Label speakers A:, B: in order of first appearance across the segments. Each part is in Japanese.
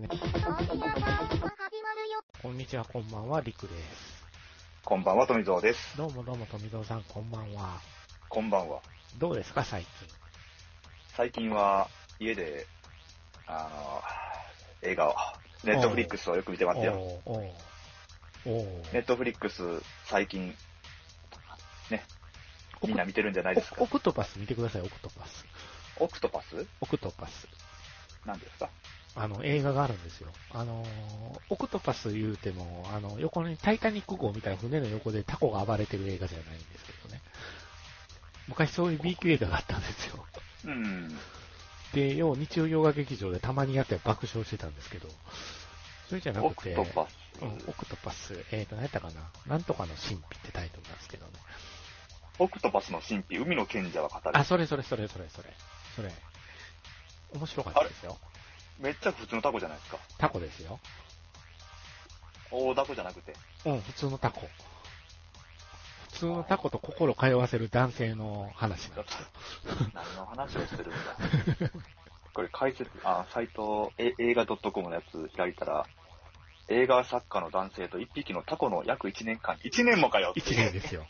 A: ねこんにちは、こんばんは、りくです。
B: こんばんは、富蔵です。
A: どうもどうも、富蔵さん、こんばんは。
B: こんばんは。
A: どうですか、最近。
B: 最近は、家で、あの、映画を、ネットフリックスをよく見てますよ。
A: おうおうおう
B: ネットフリックス、最近、ね、みんな見てるんじゃないです
A: お
B: か
A: オ。クトパス見てください、オクトパス。
B: オクトパス
A: オクトパス。
B: なんですか
A: あの、映画があるんですよ。あのー、オクトパス言うても、あの、横にタイタニック号みたいな船の横でタコが暴れてる映画じゃないんですけどね。昔そういう B 級映画があったんですよ。
B: うん。
A: で、よう日曜洋画劇場でたまにやって爆笑してたんですけど、それじゃな
B: オ
A: く
B: ク
A: て、
B: トパ
A: うん、オ
B: ス。
A: クトパス、えーと、何やったかななんとかの神秘ってタイトルなんですけどね。
B: オクトパスの神秘、海の賢者は語る
A: あ、。それそれそれそれそれ。それ。面白かったですよ。
B: めっちゃ普通のタコじゃないですか。
A: タコですよ。
B: 大ダコじゃなくて。
A: うん、普通のタコ。普通のタコと心通わせる男性の話なんですよ。
B: 何の話をしてるんだ。これ解説、あ、サイト、え映画 .com のやつ開いたら、映画作家の男性と一匹のタコの約1年間、1年もかよって
A: 一
B: いう
A: 年ですよ。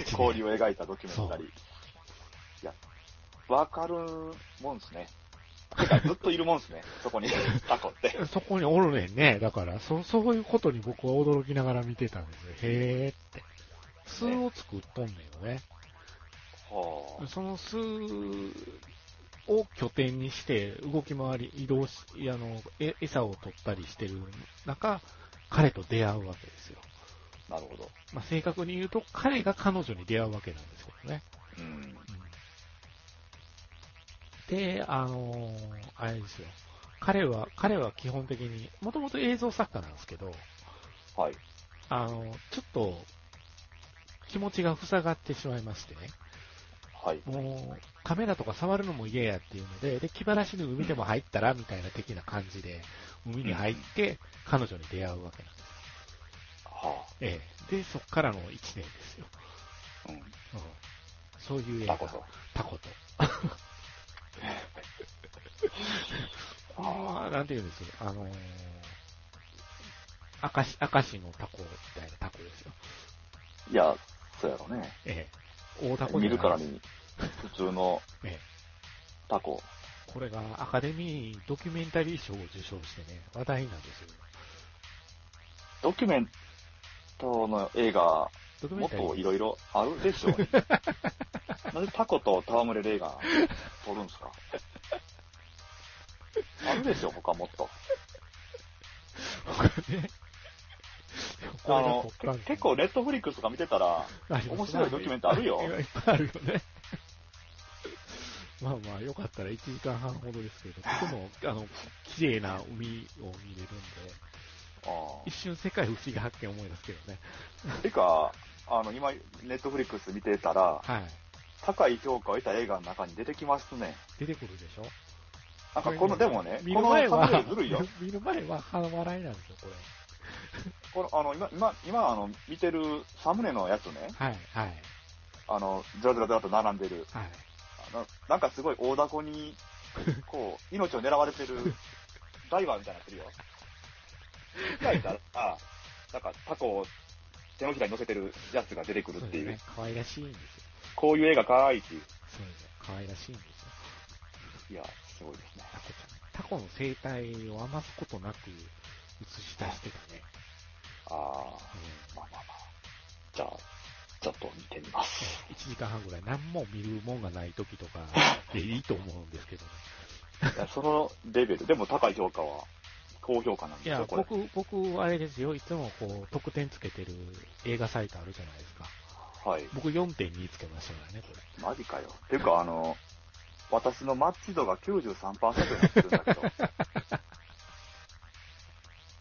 A: 一
B: 交
A: 年
B: 流を描いたドキュメンタリー。いや、わかるもんすね。てか、ずっといるもん すね。そこに、タコって。
A: そこにおるねんね。だから、そ、そういうことに僕は驚きながら見てたんですよ。へーって。巣を作っとんねんよね。
B: ほう。
A: その巣を拠点にして動き回り、移動し、あの、え餌を取ったりしてる中、彼と出会うわけですよ。
B: なるほど。
A: まあ、正確に言うと、彼が彼女に出会うわけなんですけどね。
B: うん。
A: で、あのーあれですよ。彼は、彼は基本的に、もともと映像作家なんですけど、
B: はい。
A: あの、ちょっと、気持ちが塞がってしまいましてね。
B: はい。
A: もう、カメラとか触るのも嫌やっていうので、で、気晴らしに海でも入ったら、みたいな的な感じで、海に入って、彼女に出会うわけなんですよ。
B: は
A: ええ。で、そっからの1年ですよ。
B: あ。うん。
A: うん。そういう映
B: タ
A: 画。
B: コと。
A: タ コと。
B: あ
A: まあ、なんていうんですあのー、明石、明石のタコみたいなタコですよ。
B: いや、そうやろね。
A: ええ。大タコじ
B: 見
A: ゃな
B: る
A: いです
B: からに、普通の
A: ええ。
B: タコ。
A: これがアカデミードキュメンタリー賞を受賞してね、話題なんですよ。
B: ドキュメントの映画、
A: ドキュメン
B: もっ
A: タリー
B: といろいろあるでしょ う、ね。なんでタコと戯れる映画撮るんですかあるでしょ、他もっと。
A: ね。
B: あの、結構ネットフリックスとか見てたら、面白いドキュメントあるよ
A: いやいっぱいあるよね。まあまあ、よかったら1時間半ほどですけ ど、とても、あの、綺麗な海を見れるんで、
B: あー
A: 一瞬世界不思議発見思い出すけどね。
B: てか、あの、今、ネットフリックス見てたら、
A: はい。
B: 高い評価を得た映画の中に出てきますね。
A: 出てくるでしょ
B: なんかこの、でもね、
A: 見
B: こ
A: る
B: の
A: 前は
B: サムネイルずるいよ。、
A: 見る前は半笑いなんですよ、これ。
B: この、あの、今、今、今、あの、見てるサムネのやつね、
A: はい、はい、
B: あの、ずらずらずらっと並んでる。
A: はい。
B: あのなんかすごい大ダコに、こう、命を狙われてるダイバーみたいになってるよ。開いたら、あなんかタコを手のひらに乗せてるやつが出てくる
A: そう
B: っていう、
A: ね。可愛らしいんですよ。
B: こういう映画かーいっていう。
A: そうですね。可愛らしいんですよ。
B: いや、すごいですね。
A: タコちゃん。タコの生態を余すことなく映し出してたね。
B: あー、
A: う
B: まあまあまあ。じゃあ、ちょっと見てみます。
A: ん、1時間半ぐらい何も見るもんがない時 とかでいいと思うんですけどね。
B: いやそのレベル、でも高い評価は、高評価なんで
A: い
B: すよ
A: や、、
B: これ。
A: 僕、僕、あれですよ。いつもこう、得点つけてる映画サイトあるじゃないですか。
B: はい。
A: 僕4.2つけましたからね、これ。
B: マジかよ。ていうか、あの、私のマッチ度が93%になってるんだけど。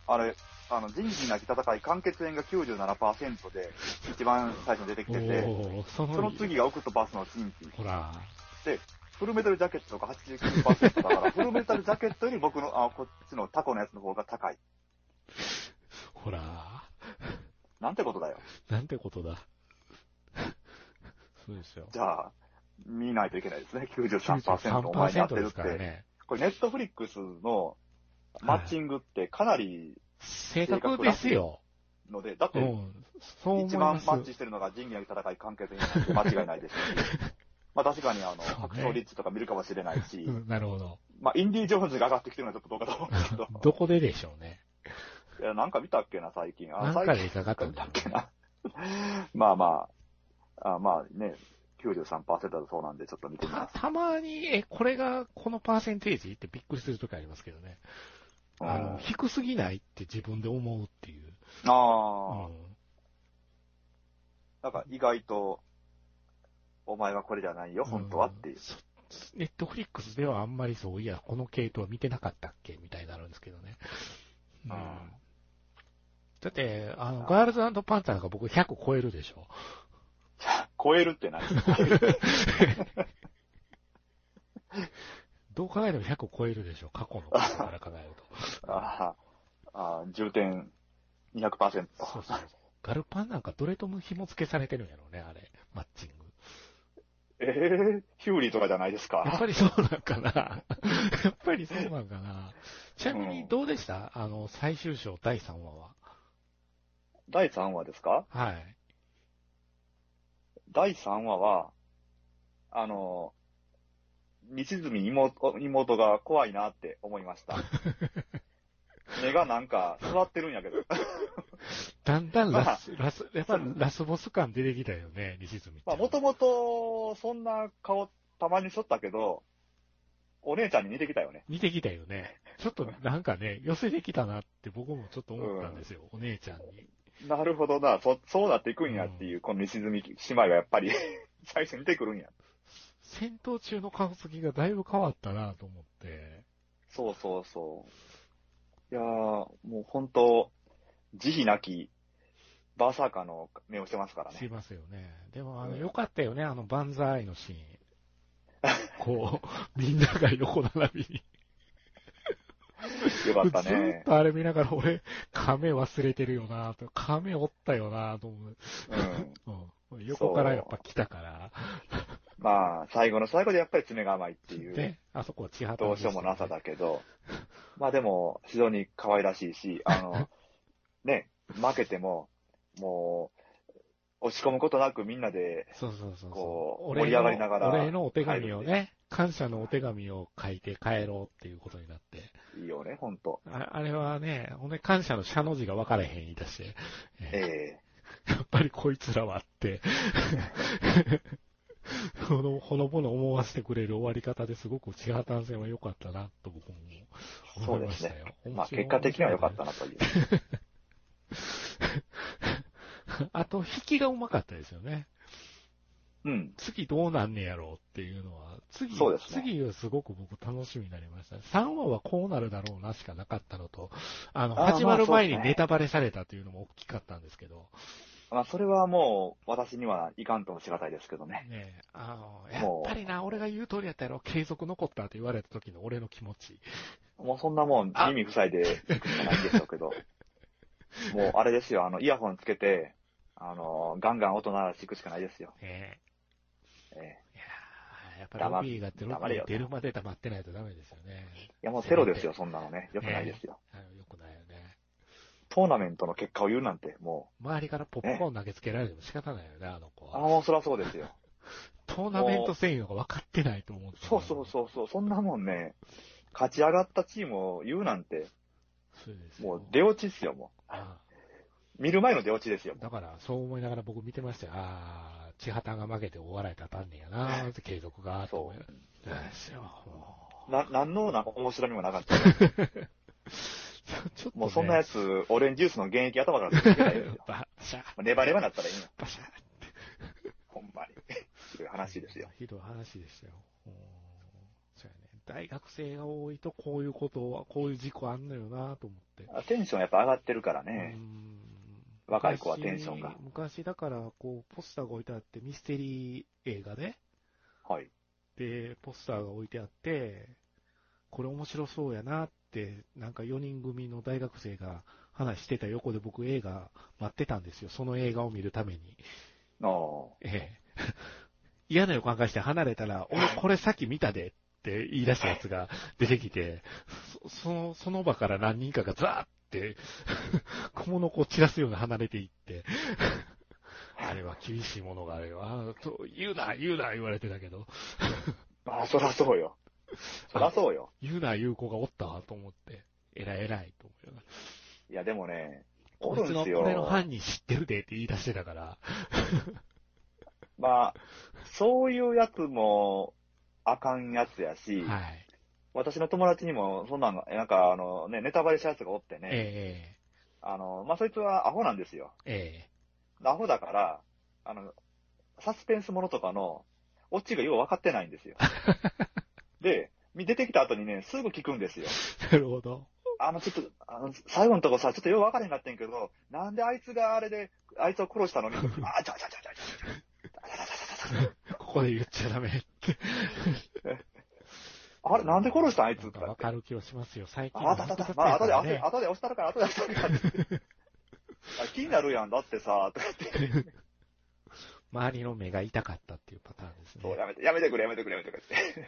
B: あれ、あの、仁義なき戦い、完結炎が97%で、一番最初に出てきてて、
A: おーその
B: その次がオクトパスの神秘。
A: ほら、
B: フルメタルジャケットが89%だから、フルメタルジャケットより僕の、あ、こっちのタコのやつの方が高い。
A: ほら、
B: なんてことだよ。
A: なんてことだ。 そうですよ。
B: じゃあ、見ないといけないですね。93%お前になってるって。
A: からね。
B: これ、ネットフリックスのマッチングってかなり
A: 正確ですよ。
B: ので、だっ
A: う
B: て、
A: ん。そう思い
B: 一番
A: ます。
B: マッチしてるのが仁義なき戦い関係性に間違いな いですし。まあ確かにあの、
A: そうね
B: 白鳥リッチとか見るかもしれないし
A: う、ん、なるほど。、
B: まあインディ・ジョーンズが上がってきてるのはちょっとどうかと思うんですけど
A: どこででしょうね。
B: いや、なんか見たっけな、最近。
A: なん
B: 最
A: か
B: 近
A: でかかったん
B: 見
A: だ
B: たっ
A: よ
B: け
A: ね。
B: な。 まあまあ、あまあね、93%だそうなんで、ちょっと見てみま
A: た、
B: す。
A: たまに、え、これが、このパーセンテージってびっくりするときありますけどね。
B: うん
A: あの、低すぎないって自分で思うっていう。
B: ああ、
A: うん
B: なんか意外と、お前はこれじゃないよ、本当はっていう。
A: そネットフリックスではあんまりそういや、この系統は見てなかったっけみたいになるんですけどね。うん
B: うん
A: だって、あの、ガールズパンツァーなんか僕100超えるでしょ。
B: 超えるって何
A: どう考えても100超えるでしょ。過去のことから考えると。
B: あー あー、重点200%。
A: そうそうそう。 ガルパンなんかどれとも紐付けされてるんやろうね、あれ。マッチング。
B: ええヒューリーとかじゃないです
A: やっぱ
B: か。
A: りそうなん かな。やっぱりそうなんかな。ちなみ
B: う
A: に
B: ん
A: どうでした、あの、最終章第3話は。
B: 第3話ですか
A: はい。
B: 第3話は、あの、西住妹妹が怖いなって思いま した。目がなんか座ってるんやけど。
A: だんだんラス、ラス、やっぱ
B: そう
A: ラスボス感出てきたよね、西住って。
B: まあ、もともと、そんな顔、たまにしとったけど、お姉ちゃんに似てきたよね。
A: 似てきたよね。ちょっとなんかね、寄せてきたなって僕もちょっと思ったんですよ、お姉ちゃんに。
B: なるほどな、そ、そうなっていくんやっていう、この西住姉妹はやっぱり、 最初に似てくるんや。
A: 戦闘中の顔つきがだいぶ変わったなと思って。
B: そうそうそう。いやー、もう本当、慈悲なき、バーサーカーの目をしてますからね
A: し。ますよね。でも、あの、
B: うん
A: 良かったよね、あの、万歳の シーン。こう、みんなが横並びに。
B: よかった
A: ずーっ
B: ね。
A: とあれ見ながら、俺、亀忘れてるよなと、亀おったよなと思う。
B: うん。
A: うん、横からやっぱ来たから、
B: まあ、最後の最後でやっぱり爪が甘いっていう、
A: ね、あそこは千畑
B: どう
A: で
B: し
A: し
B: よ
A: た
B: う
A: ね
B: もなさだけど、まあでも、非常に可愛らしいし、あの、ね、負けても、もう、落ち込むことなくみんなで、
A: そうそうそう
B: こ
A: そうう。俺の
B: 盛り上がりながら
A: 俺のお手紙をね、感謝のお手紙を書いて帰ろうっていうことになって。
B: いいよね、ほんと。
A: ああれはね、ほんで感謝の社の字が分からへん言い出して、え
B: え
A: やっぱりこいつらは って、ほのほのぼの思わせてくれる終わり方ですごく千葉丹戦は良かったなと僕も思いましたよ。
B: えまあ結果的には良かったなという。
A: あと、引きがうまかったですよね。
B: うん。
A: 次どうなんねやろうっていうのは、次、
B: そうですね
A: 次はすごく僕楽しみになりました。3話はこうなるだろうなしかなかったのと、あの、
B: あー
A: 始まる前
B: ま
A: に
B: あそうですね
A: ネタバレされたというのも大きかったんですけど、
B: まあそれはもう、私にはいかんともしがたいですけどね。
A: ねえあの、やっ
B: もう
A: ぱりな、俺が言う通りやったやろ、継続残ったって言われた時の俺の気持ち。
B: もうそんなもん
A: あ
B: 耳塞いでいくしかないんでしょうけ ど、もうあれですよ、あの、イヤホンつけて、あの、ガンガン音鳴らしていくしかないですよ。
A: ね
B: え
A: え
B: え
A: いやーやっぱりロビーが出る
B: 黙れよ
A: 出るまで黙ってないとダメですよね。
B: いや、もうテロですよ、そんなのね。よくないですよ。
A: あのよくないよね。
B: トーナメントの結果を言うなんて、も
A: 周りからポップコーン投げつけられても仕方ないよね、あの子
B: う、あ
A: は。
B: もうそりゃそうですよ。
A: トーナメント戦意のが分かってないと思うんです
B: そ
A: よ
B: うそうそうそう、そんなもんね、勝ち上がったチームを言うなんて、
A: そうですよ
B: もう出落ちっすよ、も
A: あ
B: う。見る前の出落ちですよ
A: あ。だから、そう思いながら僕見てましたよ。ああ、千畑が負けて大笑い立たんねや なって継続が、と思いながらそうですよ。もう
B: な、なんのなんか面白みもなかった。
A: ちょっと、ね、。
B: もうそんなやつ、オレンジジュースの原液頭から出てきないです よ
A: バシャー、
B: ネバネバになったらいいの。
A: バシャー。
B: ほんまに。 ひどい話ですよ。。
A: ひどい話でしたよ。うんそうやね。大学生が多いとこういうことは、こういう事故あんのよなと思って。
B: あテンションやっぱ上がってるからね
A: う。ん
B: 若い子はテンションが
A: 昔昔だから、こう、ポスターが置いてあって、ミステリー映画で、
B: はい。
A: で、ポスターが置いてあって、これ面白そうやなって、なんか4人組の大学生が話してた横で僕映画待ってたんですよ。その映画を見るために。
B: ああ。
A: ええ。嫌な予感がして離れたら、俺これさっき見たでっって言い出したやつが出てきて、そその、その場から何人かがザーって、 小物をこう散らすように離れていって、 あれは厳しいものがあるよ。あーと言うな、言うな、言われてたけど、
B: まあ、そらそ うよ。そらそうよ。
A: 言うな、言う子がおったわと思って、偉い偉いと思うよな。
B: いや、でもね、お
A: こ
B: る
A: い
B: ん
A: つの、
B: す
A: これの
B: よ。
A: 犯人知ってるでって言い出してたから、
B: まあ、そういうやつも、あかんやつやし、
A: はい。
B: 私の友達にも、そんなん、なんか、あの、ね、ネタバレしたやつがおってね、
A: え
B: あの、まあ、そいつはアホなんですよ。
A: ええ
B: アホだから、あの、サスペンスものとかの、オチがよう分かってないんです よ。で、出てきた後にね、すぐ聞くんですよ。
A: え なるほど。
B: あの、ちょっと、あの、最後のとこさ、ちょっとよう分からへんなってんけど、なんであいつがあれで、あいつを殺したのに、あ、ちゃうちゃうちゃうちゃうちゃう
A: ここで言っちゃダメって。
B: あれ、なんで殺したんあい
A: な
B: つと
A: んか
B: か
A: わ
B: って
A: か。る気はしますよ。最近
B: あ、あ
A: は
B: ったあ
A: 本
B: っ
A: 当
B: たあ
A: だ
B: った。
A: っ
B: まあ、後
A: た
B: で、
A: よ
B: 後
A: ね。
B: で、後で押したるから、後で押したるからって。 あ気になるやん、だってさ、とかって。
A: 周りの目が痛かったっていうパターンですね。
B: そう、やめて、やめてくれ、やめてくれ、やめてくれっ
A: そう
B: て。
A: で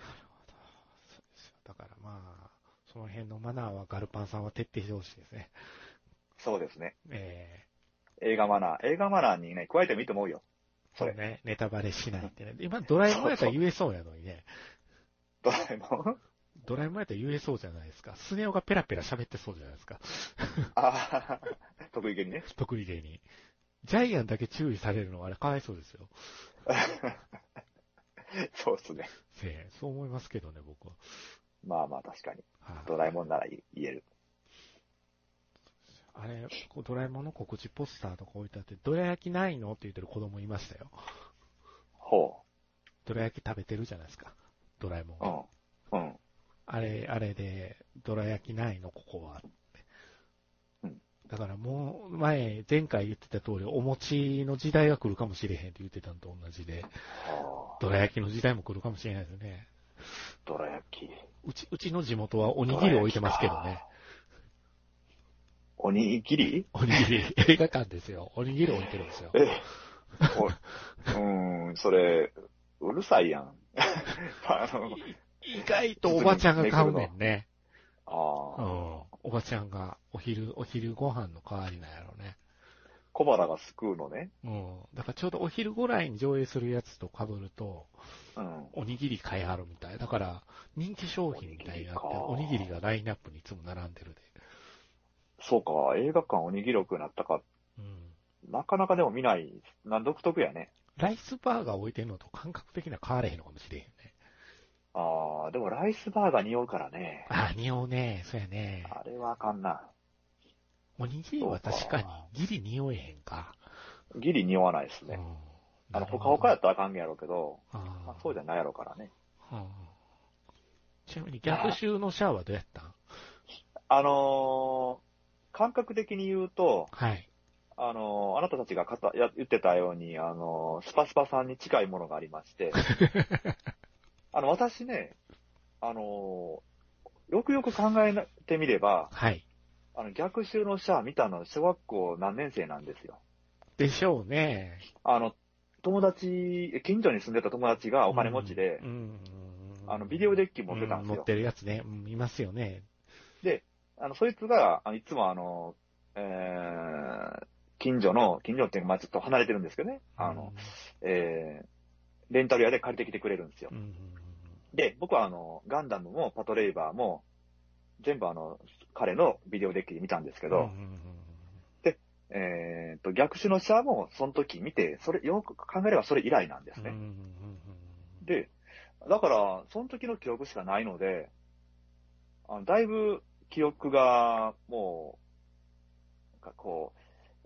A: すよだからまあ、その辺のマナーはガルパンさんは徹底してほしいですね。
B: そうですね。
A: え
B: 映画マナー。映画マナーにね、加えてもいいと思うよ。
A: ー、
B: そ
A: そう
B: れ
A: ね、ネタバレしないってね。今、ドラえもんやったら言えそうやのにね。
B: ドラえもん。
A: ドラえもんやったら言えそうじゃないですか。スネ夫がペラペラ喋ってそうじゃないですか。
B: ああ、得意げにね。
A: 得意芸に。ジャイアンだけ注意されるのはあれかわいそうですよ。
B: そうですね。
A: せえ、そう思いますけどね、僕は。
B: まあまあ、確かに。
A: はい
B: ドラえもんなら言える。
A: あれ、こうドラえもんの告知ポスターとか置いてあって、ドラ焼きないのって言ってる子供いましたよ。
B: ほ
A: ドラ焼き食べてるじゃないですか。ドラえもん
B: う。う
A: が。
B: ん。うん。
A: あれ、あれで、ドラ焼きないの、ここは。
B: うん
A: だからもう、前、前回言ってた通り、お餅の時代が来るかもしれへんって言ってたのと同じで、
B: ほう。
A: ドラ焼きの時代も来るかもしれないですね。
B: どら焼き。
A: うち、うちの地元はおにぎり置いてますけどね。
B: おにぎり
A: おにぎり、映画館ですよ。おにぎり置いてるんですよ。
B: え、おうーん、それ、うるさいやん。 あの、
A: 意外とおばちゃんが買うねんね。う
B: あ
A: ん。
B: あ、
A: おばちゃんがお昼、お昼ご飯の代わりなんやろね。
B: 小腹がすくうのね。
A: うん。だからちょうどお昼ぐらいに上映するやつと被ると、
B: うん。
A: おにぎり買いはるみたい。だから、人気商品みたいになって、お
B: お
A: に
B: に
A: ぎ
B: ぎりか
A: りがラインナップにいつも並んでるで。
B: そうか、映画館おにぎりよくなったか、
A: うん。
B: なかなかでも見ない、な独特やね。
A: ライスバーガー置いてるのと感覚的には変われへんのかもしれへんね。
B: ああ、でもライスバーガー匂うからね。
A: あ、匂うね。そうやね。
B: あれはあかんな。
A: おにぎりは確かにギリ匂えへんか。
B: ギリ匂わないです
A: うん
B: ね。。あの、ほかほかやったらあかんやろうけど、ま
A: あ
B: あ、そうじゃないやろうからね。
A: ゃん。ちなみに逆襲のシャアはどうやったん
B: あのー感覚的に言うと、
A: はい。
B: あのーあなたたちがかたや言ってたように、あのースパスパさんに近いものがありま して、あの、私ね、あのーよくよく考えてみれば、
A: はい。
B: あの、逆襲のシャア見たの小学校何年生なんですよ。
A: でしょうね。
B: あの、友達、近所に住んでた友達がお金持ちで、
A: うん、うん
B: あの、ビデオデッキ持ってたん
A: う
B: です
A: 持
B: よ
A: っ。てるやつね。うん、いますよね。
B: あの、そいつが、あのいつもあの、えー、近所の、近所っていうか、まあちょっと離れてるんですけどね、あの、えー、レンタル屋で借りてきてくれるんですよ
A: う。ん、うん
B: で、僕はあの、ガンダムもパトレイバーも、全部あの、彼のビデオデッキで見たんですけ
A: うんうん、
B: ど、えーっと、逆襲のシャアもその時見て、それ、よく考えればそれ以来なんです
A: うんうんうんうんうん
B: ね。
A: うん
B: で、だから、その時の記憶しかないので、あのだいぶ記憶が、もう、なんかこ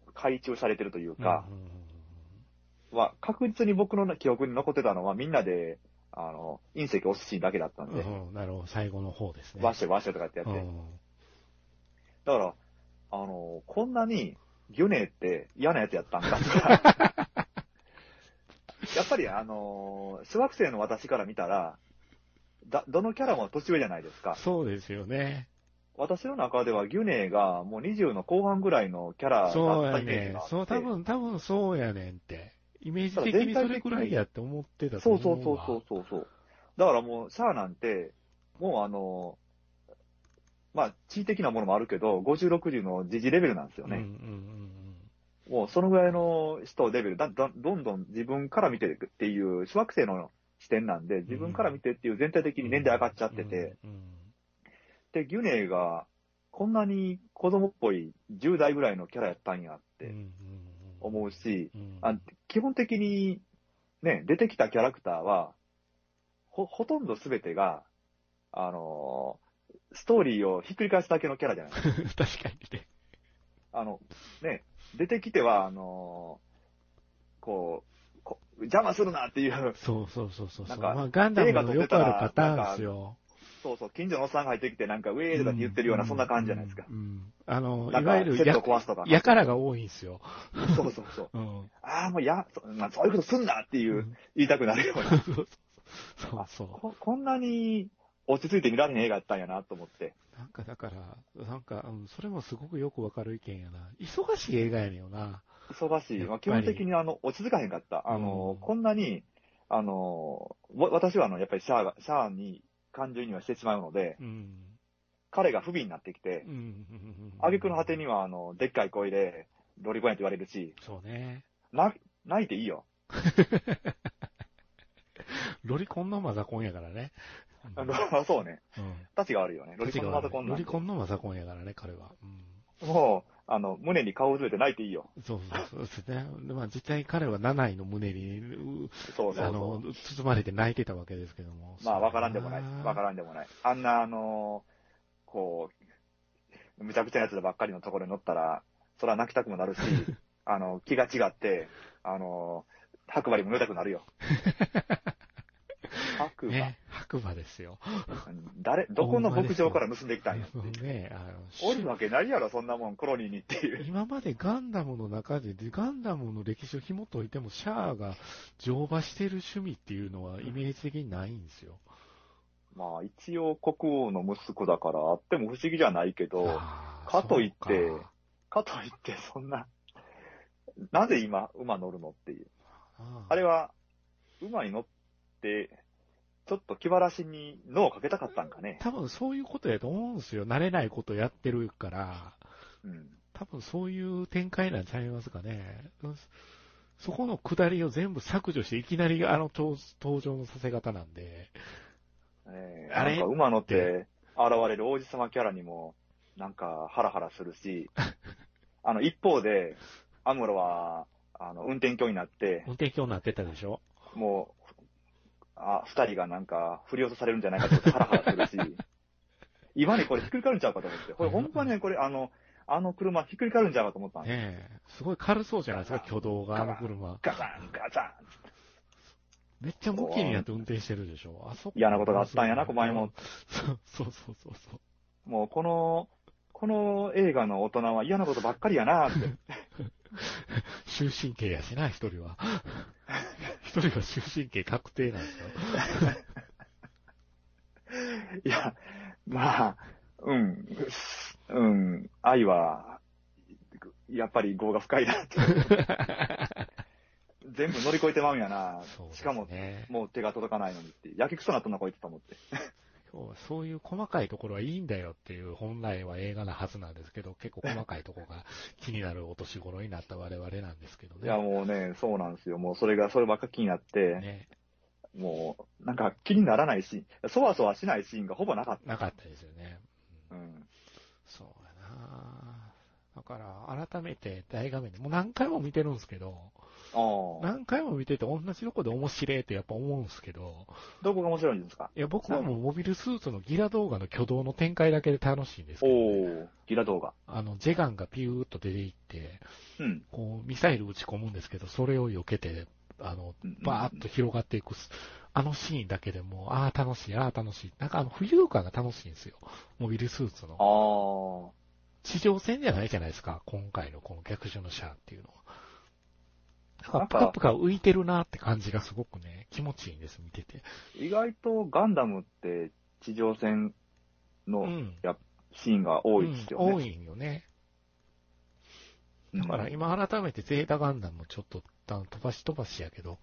B: う、回収されてるというか、
A: うんうんうん
B: は確実に僕の記憶に残ってたのは、みんなで、あの、隕石押すシーンだけだったんで、
A: うんうんなるほど、最後の方ですね。
B: わっしょいわっしょいとかってやって、
A: うん
B: だから、あの、こんなに、ギュネって嫌なやつやったんだとか。 やっぱり、あの、小学生の私から見たら、だ、どのキャラも年上じゃないですか。
A: そうですよね。
B: 私の中ではギュネがもう20の後半ぐらいのキャラだ
A: そう
B: った
A: や
B: イメージ
A: ね
B: があっ。て
A: そう、多分、多分そうやねんって。イメージ的にそれくらいやって思ってたと
B: そう
A: 思
B: そう
A: う
B: そう
A: わ
B: そうそうそう。だからもう、シャアなんて、もうあの、まあ、地位的なものもあるけど、50、60の時事レベルなんですよ
A: うんうん
B: ね。もうそのぐらいの人レベル、だだどんどん自分から見ていくっていう、小学生の視点なんで、自分から見てっていう全体的
A: うんう
B: に
A: ん。
B: 年代上がっちゃってて、
A: うんうん
B: で、ギュネーがこんなに子供っぽい10代ぐらいのキャラやったんやっ
A: うん、
B: て
A: んん
B: 思うし、
A: うん
B: あ基本的にね、出てきたキャラクターは、ほ、ほとんど全てが、あのーストーリーをひっくり返すだけのキャラじゃない
A: 確かにね。
B: あの、ね、出てきては、あのーこう、こ邪魔するなっていう、
A: そうそうそうそうそ
B: な
A: う。
B: んか
A: まあ、ガンダムのよくあるパターンですよ。
B: そうそう、近所のおっさんが入ってきてなんか、ウェーとかって言ってるような、そんな感じじゃないですか。
A: うん。うんあの、
B: なん
A: い
B: か
A: わゆる
B: セット
A: や、
B: 壊すとか。
A: やからが多いんですよ。
B: そうそうそう。
A: うん。
B: ああ、もうや、そまあ、そういうことすんなっていうう、
A: ん
B: 言いたくなるよ
A: そ
B: う
A: う
B: な。
A: そうそうそう。
B: ここんなに落ち着いて見られへん映画やったんやなと思って。
A: なんかだから、なんか、うん、それもすごくよくわかる意見やな。忙しい映画やねんよな。
B: 忙しい。
A: やっぱり
B: まあ、基本的にあの、落ち着かへんかった。あの、
A: うん
B: こんなに、あの、わ私はあの、やっぱりシャアが、シャアに感情移入はしてしまうので、
A: うん。
B: 彼が不備になってきて
A: う、ん。
B: 挙句の果てに
A: は。
B: は、あの、でっかい声で、ロリコンやって言われるし、
A: そうね。
B: な、泣いていいよ。
A: ロリコンのマザコンやからね。
B: あの そうね。
A: うん。
B: 立ちが悪いよね。ロリコンのマザコンな
A: ロ
B: ん
A: リ
B: て
A: コンのマザコンやからね、彼は。うん。
B: もう、あの、胸に顔をずれて泣いていいよ。
A: そうそうそうですね。でまあ実際彼は7位の胸に、う
B: そうそうそう。
A: あの、包まれて泣いてたわけですけども。
B: まあ、わからんでもない。わかららんでもない。あんな、あのーこう、むちゃくちゃなやつらばっかりのところに乗ったら、それは泣きたくもな るし、あの、気が違って、あのー白馬にも乗りたくなる よ。白馬、
A: ね。白馬ですよ。
B: 誰、どこの牧場から盗んできたんやって。
A: ね、あの、
B: おるわけないやろ、そんなもん、コロニーにって いう。
A: 今までガンダムの中で、ガンダムの歴史を紐解いても、シャアが乗馬してる趣味っていうのはイメージ的にないんですよ。
B: まあ、一応国王の息子だから、あっても不思議じゃないけど、かといって
A: そうか
B: かといって、そんな、なぜ今、馬乗るのっていう。
A: あ
B: あれは、馬に乗って、ちょっと気晴らしに脳をかけたかったんかね。
A: 多分そういうことやと思うんですよ。慣れないことやってるから、
B: うん。
A: 多分そういう展開なんちゃいますかね。そこの下りを全部削除して、いきなりあの登登場のさせ方なんで、
B: え
A: あ
B: な
A: れ
B: んか馬乗って現れる王子様キャラにも、なんかハラハラす るし、あの、一方で、アムロは、あの、運転鏡になって、
A: 運転鏡になってたでしょ
B: もう、あ、二人がなんか振り落とされるんじゃないかと思ってハラハラするし、 今にこれひっくり返るんちゃうかと思って、これほんまね、これあの、あの車ひっくり返るんちゃうかと思ったんです。
A: ねえ。すごい軽そうじゃないですか、挙動が、あの車。
B: ガチャン、ガチャン
A: めっちゃ向きになって運転してるでしょ。あそこ
B: 嫌なことがあったんやな狛江も。
A: そうそうそうそうそう。
B: もうこの、この映画の大人は嫌なことばっかりや なって。
A: 終身刑やしな、一人 は。一人は終身刑確定なんですよ。
B: いや、まあ、うん、うん、愛は、やっぱり業が深いな って。全部乗り越えてまうんやな。
A: そうですね
B: しかも、もう手が届かないのにって。やけくそなったなこいつと思って。
A: 今日はそういう細かいところはいいんだよっていう、本来は映画なはずなんですけど、結構細かいところ が気になるお年頃になった我々なんですけどね。
B: いや、もうね、そうなんですよ。もうそれが、そればっか気になって、
A: ね。
B: もう、なんか気にならないシーン、そわそわしないシーンがほぼなかっ
A: なかったですよね。
B: た。うん。
A: そうやなだから、改めて大画面で、もう何回も見てるんですけど、
B: ああ。
A: 何回も見てて同じとこで面白いってやっぱ思うんですけど、
B: どこが面白いんですか
A: いや、僕はもうモビルスーツのギラ動画の挙動の展開だけで楽しいんですけどね、
B: おー、ギラ動画。
A: あの、ジェガンがピューっと出ていって、
B: うん。
A: こう、ミサイル撃ち込むんですけど、それを避けて、あの、バーッと広がっていく、あのシーンだけでもう、ああ、楽しい、ああ、楽しい。なんかあの、浮遊感が楽しいんですよ。モビルスーツの。
B: あ
A: 地上戦じゃないじゃないですか。今回のこの逆上のシャアっていうのは。だから、
B: なん
A: ぷ
B: か
A: かぷか浮いてるなって感じがすごくね、気持ちいいんです、見てて。
B: あ、意外とガンダムって地上戦
A: う
B: の
A: ん。
B: シーンが多いですよね。
A: うん多いんよね。
B: うん
A: だから今改めてゼータガンダムちょっと飛ばし飛ばしやけど、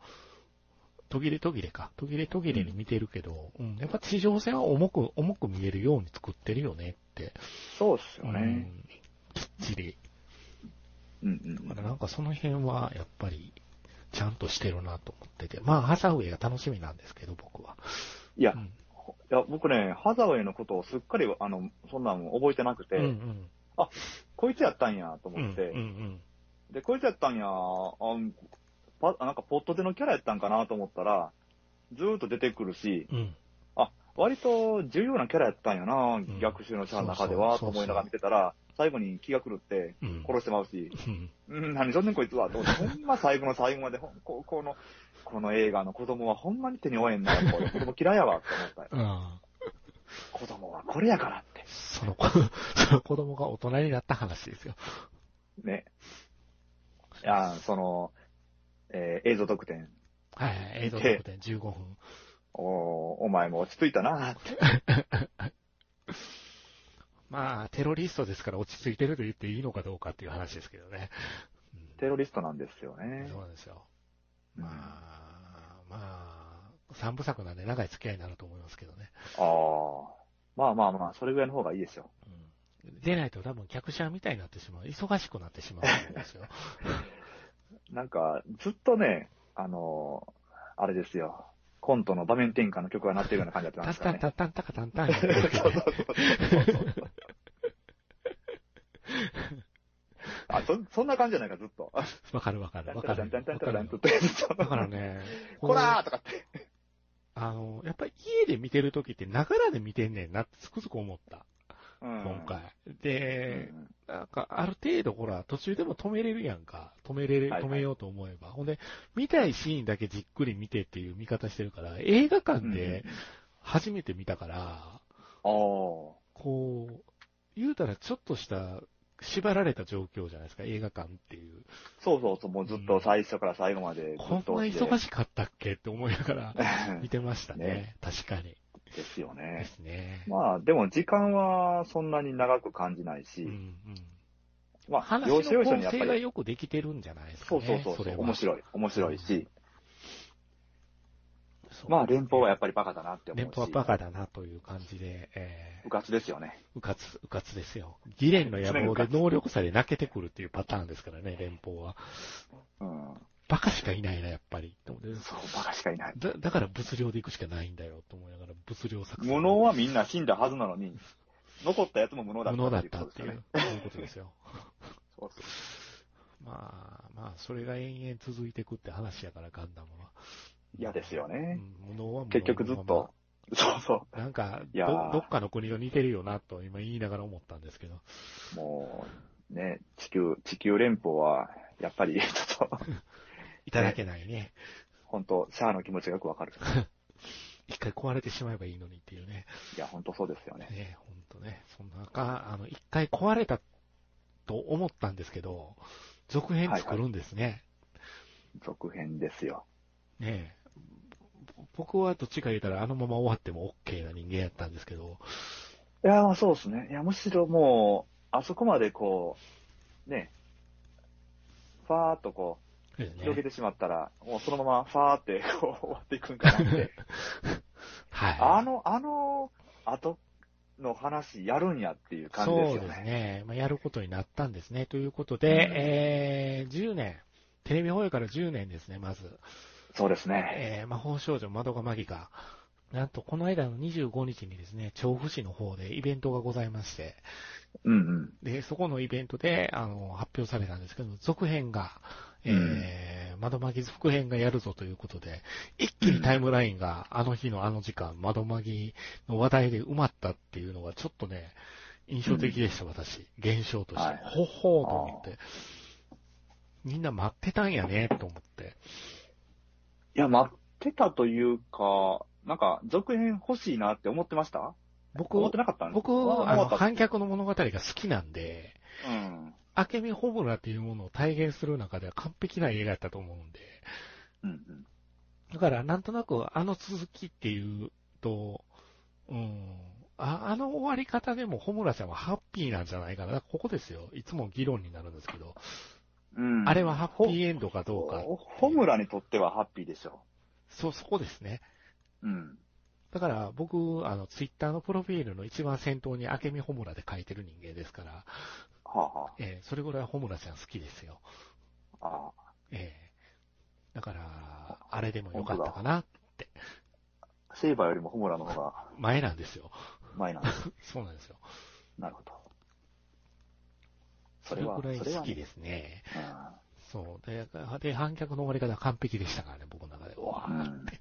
A: 途切れ途切れか。途切れ途切れに見てるけど、うん、やっぱ地上戦は重く、重く見えるように作ってるよねって。
B: そうっすよ
A: う
B: ね。
A: んきっちり。
B: うんうん
A: だからなんかその辺は、やっぱり、ちゃんとしてるなと思ってて。まあ、ハサウェイが楽しみなんですけど、僕は。
B: いや
A: う、ん。
B: いや、僕ね、ハザウェイのことをすっかり、あの、そんなん覚えてなくて、
A: うんうん。
B: こいつやったんやと
A: うん
B: 思って、
A: うん
B: で、こいつやったんや、あパあなんかポットでのキャラやったんかなと思ったら、ずーっと出てくるし、
A: うん。うん。
B: 割と重要なキャラやったんやな、
A: ん
B: 逆襲のキャラの中では、
A: そうそ
B: と
A: う
B: 思いながら見てたら、最後に気が狂って
A: うん。
B: 殺してまうし、
A: うん。
B: うん、何しょんねんこいつは、と思って、 ほんま最後の最後まで、ほんここの、この映画の子供はほんまに手に負えんな、これ子供嫌いやわ、って思ったよ。
A: うん。
B: 子供はこれやからって。
A: そ の子、その子供が大人になった話ですよ。
B: ね。いや、その、えー映像特典。
A: はいはい、映像特典15分。
B: おお前も落ち着いたなって。
A: まあ、テロリストですから落ち着いてると言っていいのかどうかっていう話ですけどね。うん
B: テロリストなんですよね。
A: そうなんですよ。
B: うん
A: ま
B: あ
A: あ、まあ、三部作なんで長い付き合いになると思いますけどね。
B: あ。まあまあまあ、それぐらいの方がいいですよ。
A: うんでないと多分客車みたいになってしまう。忙しくなってしまうと思うんですよ。
B: なんか、ずっとね、あのーあれですよ。コントの場面転換の曲が鳴ってるような感じだったん
A: タ
B: で
A: ン
B: すか
A: タン
B: ね。
A: タンタンタカタンタン。
B: そうそうそうそうあそ、そんな感じじゃないか、ずっと。
A: わかるわかる。わかる。
B: ダンダンダンダンダンダン
A: わ
B: ダンダン
A: だからね、
B: こらーとかって。
A: あの、やっぱり家で見てるときって、ながらで見てんねんなってつくづく思った、今
B: 今。
A: 回。
B: うん
A: で、なんか、ある程度、ほら、途中でも止めれるやんか。止めれる、
B: はいはい
A: 止めようと思えば。ほんで、見たいシーンだけじっくり見てっていう見方してるから、映画館で初めて見たから、
B: ああ。
A: こう、言うたらちょっとした、縛られた状況じゃないですか、映画館っていう。
B: そうそうそう、もうずっと最初から最後までず
A: こん
B: っと
A: な忙
B: し
A: しかったっけって思いながら見てましたね。
B: ね
A: 確かに。
B: い。ですよ
A: で
B: ね。
A: すね。
B: まあ、でも時間はそんなに長く感じないし、
A: うんうん。
B: まあ、
A: 話の
B: 要所要所
A: 構
B: にやっぱ
A: 成が
B: り、
A: よくできてるんじゃないですか
B: そ
A: ね
B: う。そうそうそう
A: れは
B: 面白い、面白いし、
A: そう
B: まあ、連邦はやっぱりバカだなって思うし、
A: 連邦はバカだなという感じで、え
B: 部活ですよね。
A: ー、うかつ、うかつですよ。ギレンの野望で能力差で泣けてくるっていうパターンですからね、連邦は。
B: うん。
A: バカしかいないな、やっぱり。と思って
B: そう、バカしかいない。
A: だだから物量で行くしかないんだよ、と思いながら、物量作戦。
B: 無能はみんな死んだはずなのに、残ったやつも無能だ
A: 無能だ
B: っ
A: ったた
B: っ
A: ってて
B: い
A: いう
B: ことですよ
A: う
B: ね。、
A: そういうことですよ。
B: そうそう
A: まあ、まあ、それが延々続いてくって話やから、ガンダムは。
B: 嫌ですよ
A: う
B: ね。
A: ん、無能は無能
B: 結局ずっと。、そうそ
A: なんか
B: いやー
A: ど、どっかの国と似てるよな、と今言いながら思ったんですけど。
B: う、もう、ね、地球、地球連邦は、やっぱり、ち ょっと、
A: いただけないね。
B: 本当シャアの気持ちがよくわかる。
A: 一回壊れてしまえばいいのにっていうね。
B: いや、本当そうですよね。
A: ね、ほんとね。そんな中、あの、一回壊れたと思ったんですけど、続編作るんですね。
B: 続編ですよ。
A: ねえぼ僕はどっちか言うたら、あのまま終わっても OK な人間やったんですけど、
B: いやー、そうですね。いや、むしろもう、あそこまでこう、ね、ファーっとこ
A: ね
B: う、広げてしまったら、もうそのままファーってこう終わっていくんか なって。
A: はい。
B: あの、あの、後の話やるんやっていう感じで
A: そ
B: す
A: う
B: よ
A: です
B: ね。
A: ね。まあ、やることになったんですね。ということ
B: うん
A: で、えー、10年。テレビ放映から10年ですね、まず。
B: そうですね。
A: えー、魔法少女窓がマギカ。なんと、この間の25日にですね、調布市の方でイベントがございまして、
B: うんうん。
A: で、そこのイベントで、あの、発表されたんですけど、続編が、えー、窓巻き続編がやるぞということで、一気にタイムラインが、あの日のあの時間、窓巻きの話題で埋まったっていうのが、ちょっとね、印象的でした、私。現象とし
B: は
A: て
B: い。
A: ほほーと思って。みんな待ってたんやね、と思って。
B: いや、待ってたというか、なんか、続編欲しいなって思ってました
A: 僕、
B: 思ってなかったんです
A: 僕、あの、反客の物語が好きなんで、
B: うん。
A: アケミホムラっていうものを体現する中では完璧な映画やったと思うんで、
B: うんうん。
A: だから、なんとなく、あの続きっていうと、うん、ああの終わり方でも、ホムラちゃんはハッピーなんじゃないかな。だからここですよ。いつも議論になるんですけど、
B: うん
A: あれはハッピーエンドかどうか。
B: ホムラにとってはハッピーでしょ
A: そ、そこですね。
B: うん。
A: だから僕、あの、ツイッターのプロフィールの一番先頭に明美ホムラで書いてる人間ですから、
B: はあ、は
A: えーそれぐらいホムラちゃん好きですよ。
B: あ、あ
A: えーだから、あれでもよかったかな。
B: あ。セイバーよりもホムラの方が
A: 前なんですよ。
B: 前な んです。
A: そうなんですよ。
B: なるほど。
A: そ
B: そ
A: れ
B: れは
A: ぐらい
B: それは
A: 好
B: ね
A: きですね。
B: うん
A: そう。で、で反逆の終わり方完璧でしたからね、僕の中で。うわーって。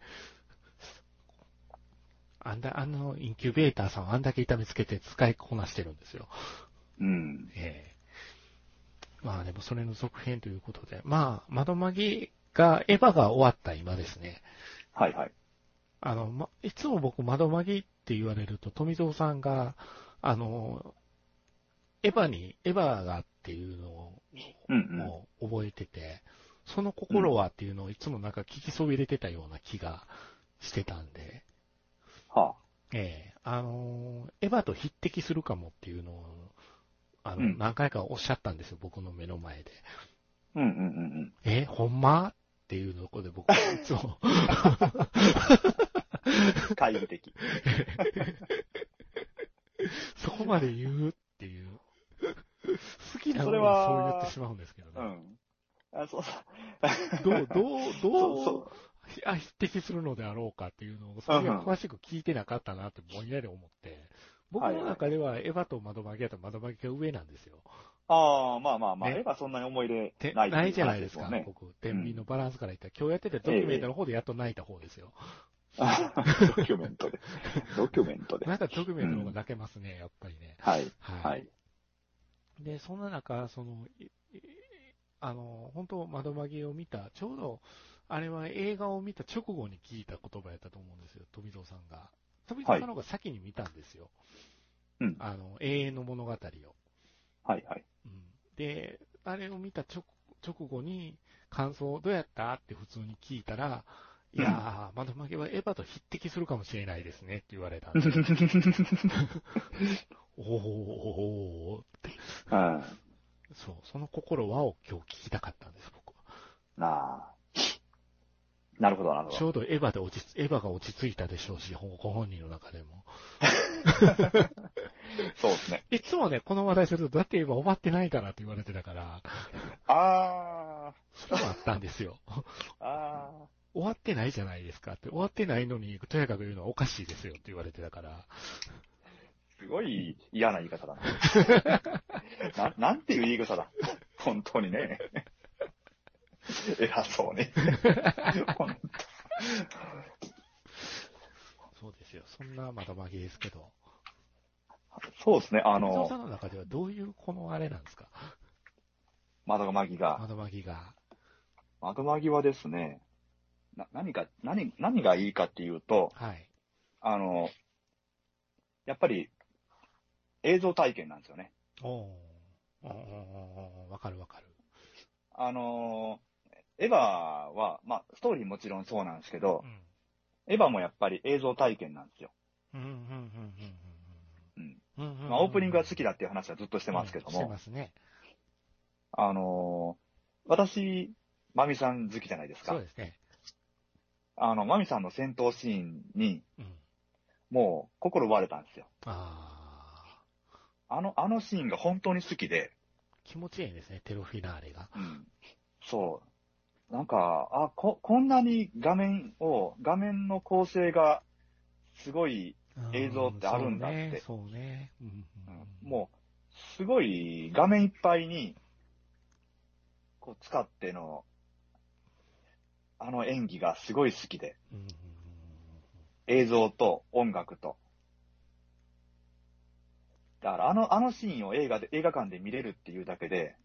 A: あんだ、あの、インキュベーターさんをあんだけ痛めつけて使いこなしてるんですよ。
B: うん。
A: ええまあでもそれの続編ということで。まあ、窓まぎが、エヴァが終わった今ですね。
B: はいはい。
A: あの、ま、いつも僕、窓まぎって言われると、富蔵さんが、あの、エヴァに、エヴァがっていうのを
B: うんうん。
A: もう覚えてて、その心はっていうのをいつもなんか聞きそびれてたような気がしてたんで、
B: は
A: ええあのーエヴァと匹敵するかもっていうのを、あの、
B: うん
A: 何回かおっしゃったんですよ、僕の目の前で。
B: あ。うんうんうん
A: え、ほんまっていうのこで僕、いつ も、
B: うん。懐疑的。
A: そこまで言うって いう。好きなの
B: それ
A: に
B: は
A: そう言ってしまうんですけど
B: う
A: ね。
B: ん。あ、そうそう。
A: どう、どう、
B: そ
A: ど
B: う
A: う
B: そう。
A: あ匹敵するのであろうかっていうのを、それが詳しく聞いてなかったなってぼんやり思って、僕の中ではエヴァと窓マギやったら窓マギが上なんですよ。
B: ああ、まあまあまあ、
A: ね
B: エヴァそんなに思い出
A: て
B: ない
A: ないじゃないです
B: っ
A: か、
B: ていう話
A: 僕。天秤のバランスから言ったら、今日やっててドキュメントの方でやっと泣いた方ですよ。
B: ですもんね。ドキュメント で。ドキュメントで。
A: なんかドキュメントの方が泣けますね、やっぱりね。
B: はい。
A: は
B: はいい。。
A: で、そんな中、その、いいあの、本当窓マギを見た、ちょうど、あれは映画を見た直後に聞いた言葉やったと思うんですよ、富蔵さんが。富蔵さんの方が先に見たんですよ。
B: うん
A: あの、永遠の物語を。
B: はいはい。
A: うん、で、あれを見た直直後に、感想どうやったって普通に聞いたら、いやー、窓マギはエヴァと匹敵するかもしれないですねって言われたんでおーおーおー おーって。
B: うん。
A: そう、その心はを今日聞きたかったんです、僕は。
B: なあ。なるほど、なるほ
A: ちょうどエヴァで落ち着、エヴァが落ち着いたでしょうし、ほんご本人の中でも。
B: ど。そうですね。
A: いつもね、この話題すると、だってエヴァ終わってないからって言われてたから、
B: あ
A: それもあったんですよ。
B: あ、ああ。
A: 終わってないじゃないですかって、終わってないのに、とやかく言うのはおかしいですよって言われてたから、
B: すごい嫌な言い方だ な。ななんていう言い草だ。本当に ね。偉そうね。ほん
A: そうですよ。そんなまた負けですけど、
B: そうですね。あ
A: 伊藤
B: の
A: さ、んの中ではどういうこのあれなんですか
B: 窓マギが。
A: まだ負けが。
B: 窓マギはですね、な何が、何、何がいいかっていうと、
A: はい。
B: あの、やっぱり映像体験なんですよね。
A: おーおーおーおーわかるわかる。
B: あの、エヴァは、まあ、ストーリーもちろんそうなんですけど
A: う、ん。
B: エヴァもやっぱり映像体験なんですよ。
A: うん、うん、うん、
B: う
A: う
B: ん。
A: ん、うん。うん
B: まあ、オープニングは好き
A: だっ
B: だっていう話はずっとしてますけど
A: して
B: も
A: ま、すね。
B: あのー私、マミさん好きじゃないです
A: そ
B: か
A: う。ですね。
B: あの、マミさんの戦闘シーンに、
A: うん。
B: もう、心奪われたんですよ。
A: あー
B: あの、あのシーンが本当に好きで、
A: 気持ちいいですね、テロフィナーレが。
B: うんそう。なんか、あ、こ、こんなに画面を、画面の構成が、すごい、
A: うん
B: 映像ってあるんだって
A: そうね。そうねうん
B: うんもう、すごい、画面いっぱいに、こう、使っての、あの演技がすごい好きで。
A: うん。うん
B: 映像と音楽と。だからあの、あのシーンを映画で、映画館で見れるっていうだけで、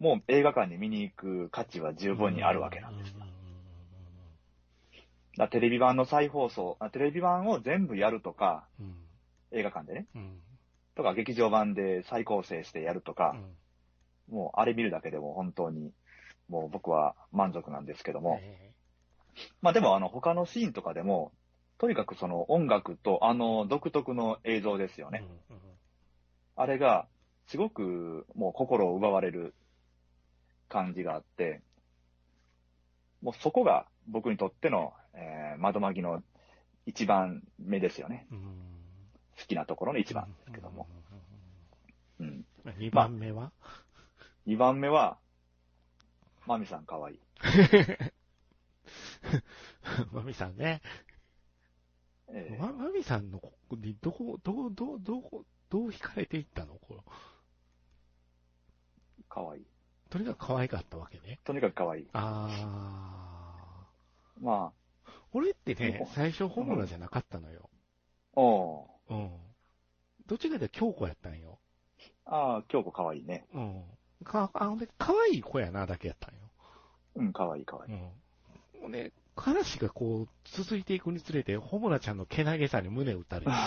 B: もう映画館に見に行く価値は十分にあるわけなんです。
A: うんうんうんうん
B: だからテレビ版の再放送、あテレビ版を全部やるとか、
A: うん
B: 映画館でね、
A: うんうん
B: とか劇場版で再構成してやるとか
A: う、ん
B: もうあれ見るだけでも本当に、もう僕は満足なんですけども、
A: え
B: まあでもあの他のシーンとかでも、とにかくその音楽とあの独特の映像ですよ
A: え
B: ね。
A: うんうん
B: あれが、すごくもう心を奪われる感じがあって、もうそこが僕にとってのえー、窓まぎの一番目ですよね。
A: うん。
B: 好きなところの一番ですけども。うん。
A: うん。2番目は、
B: 二番目は、マミさん可愛い。
A: マミさんね。
B: えー
A: ま、マミさんのここにどこ、どう、どう、どう、どう惹かれていったのこう
B: 可愛い。
A: とにかく可愛かったわけね。
B: とにかく可愛い。
A: あ
B: ま
A: ー。俺って
B: う
A: ね
B: ん、
A: 最初ホムラじゃなかったのよ。
B: あ、おう
A: うん。どっちかというと京子やったんよ。
B: ああ、京子可愛いね。
A: うん。か、あのね、可愛い子やなだけやったんよ。
B: うん、可愛い 可愛い。
A: うん。もうね、話がこう、続いていくにつれて、ホムラちゃんのけなげさに胸打たれて、あ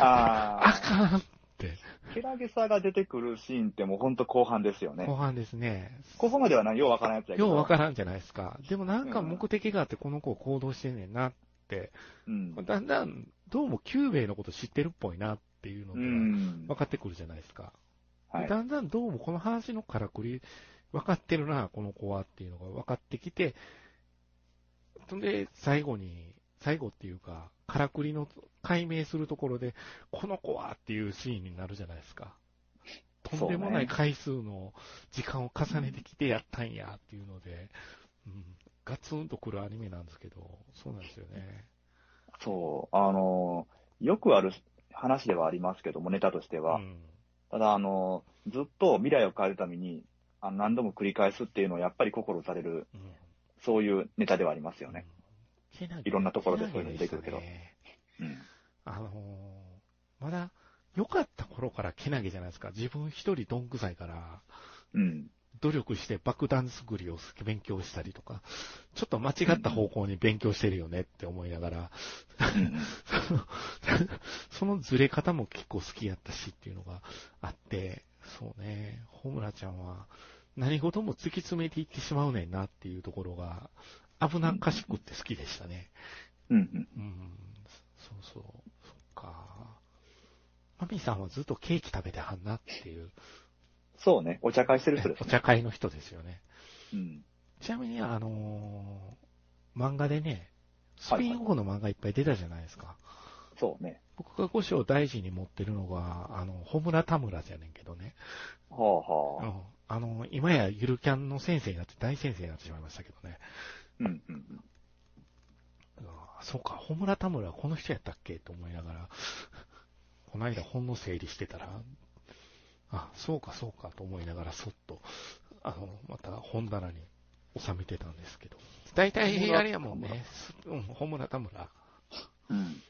B: ああ、
A: かん
B: けらげさが出てくるシーンってもうほんと後半ですよ
A: 後
B: ね。
A: 半ですね。
B: ここまではな、ようわからんやつやけど。
A: ようわからんじゃないですか。でもなんか目的があって、この子行動してんねんな。
B: うん。
A: だんだん、どうもキューベイのこと知ってるっぽいなっていうの
B: う
A: が
B: ん
A: 分。かってくるじゃないですか。で
B: はい。
A: だんだんどうもこの話のからくり、分かってるな、この子はっていうのが分かってきて、そんで、最後に、最後っていうか、からくりの解明するところで、この子はっていうシーンになるじゃないですか。とんでもない回数の時間を重ねてきてやったんやっていうので、うん、ガツンとくるアニメなんですけど、そうなんですよね。
B: そう。あのー、よくある話ではありますけども、ネタとして
A: う
B: は。
A: ん。
B: ただ、あのー、ずっと未来を変えるために、あの何度も繰り返すっていうのをやっぱり心打たれる、
A: うん。
B: そういうネタではありますよね。
A: うん。
B: いろんなところでそういうの出てくるけど
A: けなげでしたね
B: うん。
A: あのーまだ良かった頃からけなげじゃないですか。自分一人どんくさいから、
B: うん。
A: 努力して爆弾作りを勉強したりとか、ちょっと間違った方向に勉強してるよねって思いながら、
B: うん
A: そのそのずれ方も結構好きやったしっていうのがあって、そうね、ホムラちゃんは何事も突き詰めていってしまうねんなっていうところが、危なっかしくって好きでしたね。
B: うんうん。
A: うん、そうそう、そっか。マミーさんはずっとケーキ食べてはんなっていう、
B: そうね。お茶会してる人です
A: お
B: ね。
A: 茶会の人ですよね。
B: うん。
A: ちなみに、あのー漫画でね、スピンオフの漫画いっぱい出たじゃないですか。
B: そうね。
A: 僕が五章大事に持ってるのが、あの、ホムラタムラじゃねんけどね。
B: はあは
A: う
B: あ。
A: んあの、今やゆるキャンの先生になって大先生になってしまいましたけどね。
B: うんうんうん。
A: うんそうか、ホムラタムラこの人やったっけと思いながら、 この間本の整理してたら、あ、そうかそうかと思いながらそっと、あの、また本棚に収めてたんですけど。大体、あれやもんね、すうん、ホムラタムラ、
B: うん。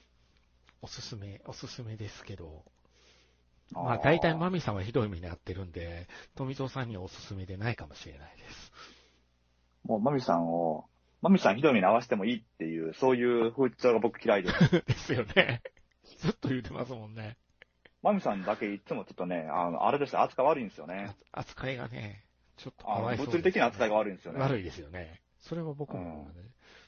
A: おすすめ、おすすめですけど、まあ大体マミさんはひどい目に遭ってるんで、富蔵さんにはおすすめでないかもしれないです。
B: もう、マミさんを、マミさんひどい目に合わせてもいいっていう、そういう風潮が 僕嫌いです。
A: ですよね。ずっと言ってますもんね。
B: マミさんだけいつもちょっとね、あの、あれですね、扱い悪いんですよね
A: あ。扱いがね、ちょっとか
B: あ
A: わ
B: の
A: いそうですね、
B: 物理的な扱いが悪いんですよね。
A: 悪いですよね。それは僕も思うので、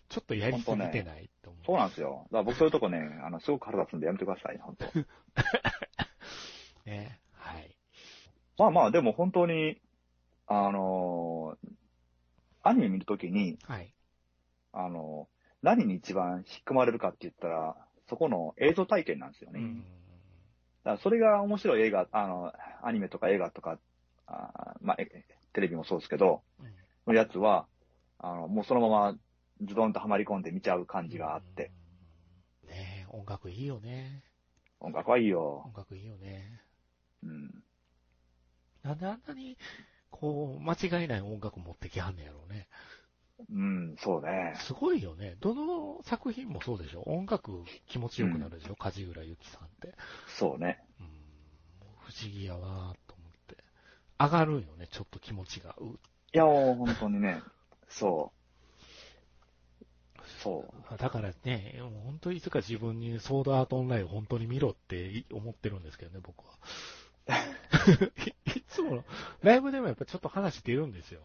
A: ちょっとやりすぎてないと思う。
B: そうなんですよ。だから僕そういうとこね、あの、すごく腹立つんでやめてください、本当。
A: ね。はい。
B: まあまあ、でも本当に、あのーアニメ見るときに、
A: はい。
B: あのー何に一番引っ込まれるかって言ったら、そこの映像体験なんですよ
A: う
B: ね。
A: ん。
B: だからそれが面白い映画、あの、アニメとか映画とか、あーまあ、えテレビもそうですけど、
A: うん
B: のやつは、あの、もうそのままズドンとはまり込んで見ちゃう感じがあって、。
A: ねえ音楽いいよね。
B: 音楽はいいよ。
A: 音楽いいよね。
B: うん。
A: なんであんなに、こう、間違いない音楽持ってきはんねやろうね。
B: うん、そうね。
A: すごいよね。どの作品もそうでしょ。音楽気持ちよくなるでしょ。梶浦由紀さんって。
B: そうね。
A: うん。不思議やわーと思って。上がるよね。ちょっと気持ちが。う
B: いや、もう本当にね、そう。そう。
A: だからね、もう本当にいつか自分にソードアートオンラインを本当に見ろって思ってるんですけどね、僕は。 いいつもの、ライブでもやっぱちょっと話出るんですよ。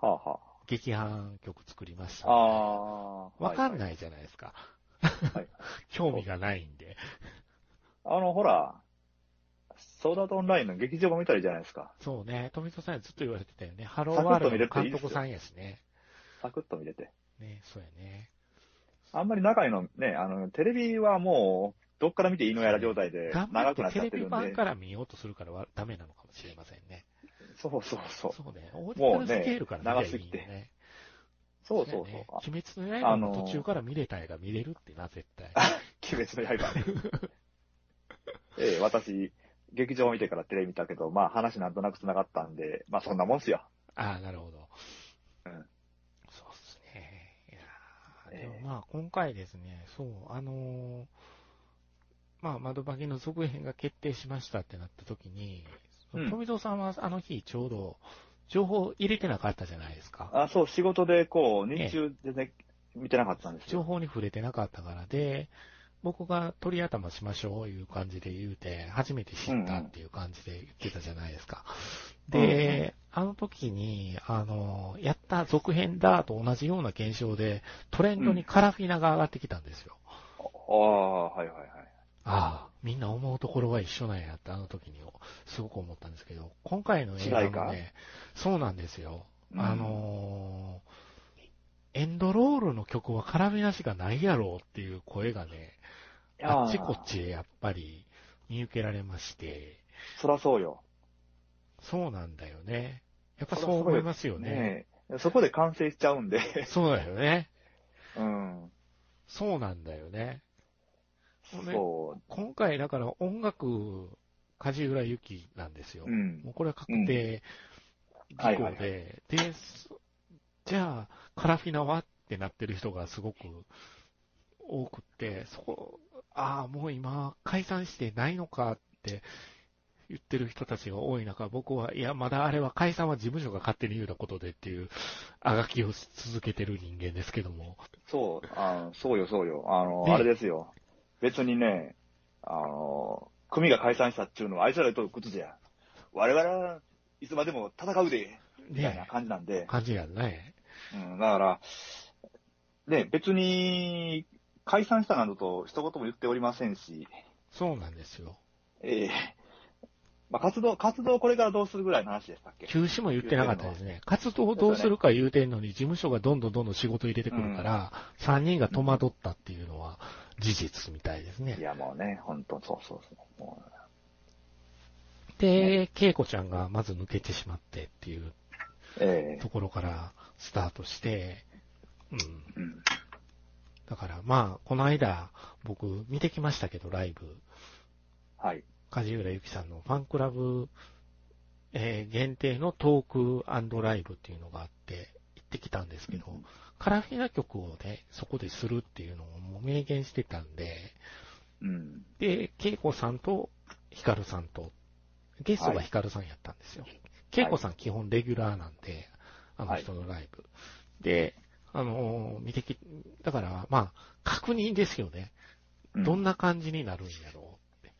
B: はあ、は
A: 劇伴曲作りました。
B: あ。ああ。
A: わかん
B: い。
A: ないじゃないですか。
B: はい
A: 興味がないんで。
B: あの、ほら、ソーダートオンラインの劇場も見たらいいじゃないですか。
A: そうね、富田さんにずっと言われてたよね。ハローワールドの監督さんやしね。
B: サクッと見れて。
A: ね、そうやね。
B: あんまり長いのね、あの、テレビはもう、どっから見ていいのやら状態で
A: 頑、張
B: 長
A: っ
B: くな
A: てテ
B: っちゃっ
A: レ
B: て
A: ビ
B: るん
A: 版
B: で。
A: から見ようとするからはダメなのかもしれませんね。
B: そうそうそう。
A: そうね。オーディナルスケールから見りゃいいよね。
B: そうそうそう。
A: だよね
B: あ
A: 鬼滅の刃の途中から見れた映画見れるってな、絶 対。
B: 鬼滅の刃。 ええ、私、劇場見てからテレビ見たけど、まあ話なんとなく繋がったんで、まあそんなもんっすよ。
A: ああ、なるほど。
B: うん
A: そうっすね。いやー
B: え
A: で
B: ー
A: もまあ、今回ですね、そう、あのーまあ、窓化けの続編が決定しましたってなった時に、
B: うん
A: 富蔵さんはあの日ちょうど、情報入れてなかったじゃないですか。
B: あ、そう、仕事でこう、日中全然見てなかったんです
A: 情
B: よ。
A: 報に触れてなかったからで、僕が鳥頭しましょういう感じで言うて、初めて知ったっていう感じで言ってたじゃないですか。
B: うんうん
A: で、あの時に、あの、やった続編だと同じような現象で、トレンドにカラフィナが上がってきたんですよ。
B: ああ、はいはいはい。
A: ああ、みんな思うところは一緒なんやって、あの時に、すごく思ったんですけど、今回の映画も
B: 違い
A: ね、そうなんですよ。
B: うん
A: あのーエンドロールの曲は絡みなしがないやろうっていう声がね、
B: いやー
A: あっちこっちでやっぱり見受けられまして、
B: そらそうよ。
A: そうなんだよね。やっぱそう思いますよね。
B: ねえ。そこで完成しちゃうんで。
A: そうだよね。
B: うん。
A: そうなんだよね。ね
B: そ
A: 今回だから音楽、梶浦由紀なんですよ。
B: う。うん
A: も。うこれは確定
B: は
A: 事
B: い
A: 項
B: はいは
A: で、で、そじゃあ、カラフィナはってなってる人がすごく多くって、そこ、ああ、もう今、解散してないのかって言ってる人たちが多い中、僕は、いや、まだあれは解散は事務所が勝手に言うようなことでっていう、あがきをし続けてる人間ですけども。
B: そう、あの、そうよ、そうよ。あの、
A: ね
B: あれですよ。別にね、あの、組が解散したっていうのは、あいつらと靴じゃ。我々はいつまでも戦うで、みたいな
A: ね
B: 感じなんで。
A: 感じやんね。
B: うん、だから、ね、別に、解散したなどと一言も言っておりませんし、
A: そうなんですよ。
B: ええまあ、活動、活動をこれからどうするぐらいの話でしたっけ
A: 休止も言ってなかったですね。活動をどうするか言うてんのに、事務所がどんどんどんどん仕事入れてくるから、3人が戸惑ったっていうのは事実みたいです
B: い
A: ね。
B: や、もうね、本当そうそうそう。もう
A: で、恵子ちゃんがまず抜けてしまってっていう
B: ええ
A: ところからスタートして、うん。
B: うん。
A: だからまあ、この間、僕見てきましたけど、ライブ。
B: はい。
A: 梶浦由紀さんのファンクラブ、えー限定のトークライブっていうのがあって、行ってきたんですけど、
B: うん
A: カラフィナ曲をね、そこでするっていうのをもう明言してたんで、
B: うん。
A: で、恵子さんとヒカルさんと、ゲストが
B: はい
A: ヒカルさんやったんですよ。恵子さん基本レギュラーなんで、あの人のライブ。で、あのー見てき、だから、まあ、確認ですよね。
B: うん
A: どんな感じになるんやろうって。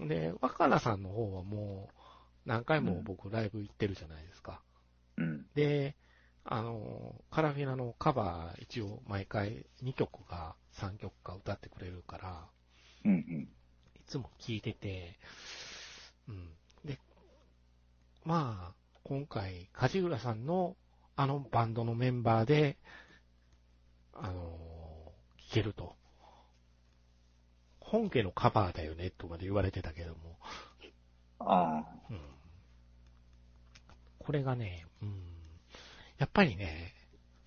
B: うん。
A: で、若菜さんの方はもう、何回も僕ライブ行ってるじゃないですか。
B: うん。
A: で、あの、カラフィナのカバー一応毎回2曲か3曲か歌ってくれるから、
B: うん。うん。
A: いつも聴いてて、うん。で、まあ、今回、梶浦さんのあのバンドのメンバーで、あの、聴けると。本家のカバーだよね、とまで言われてたけども、
B: あ
A: うんこれがね、うん、やっぱりね、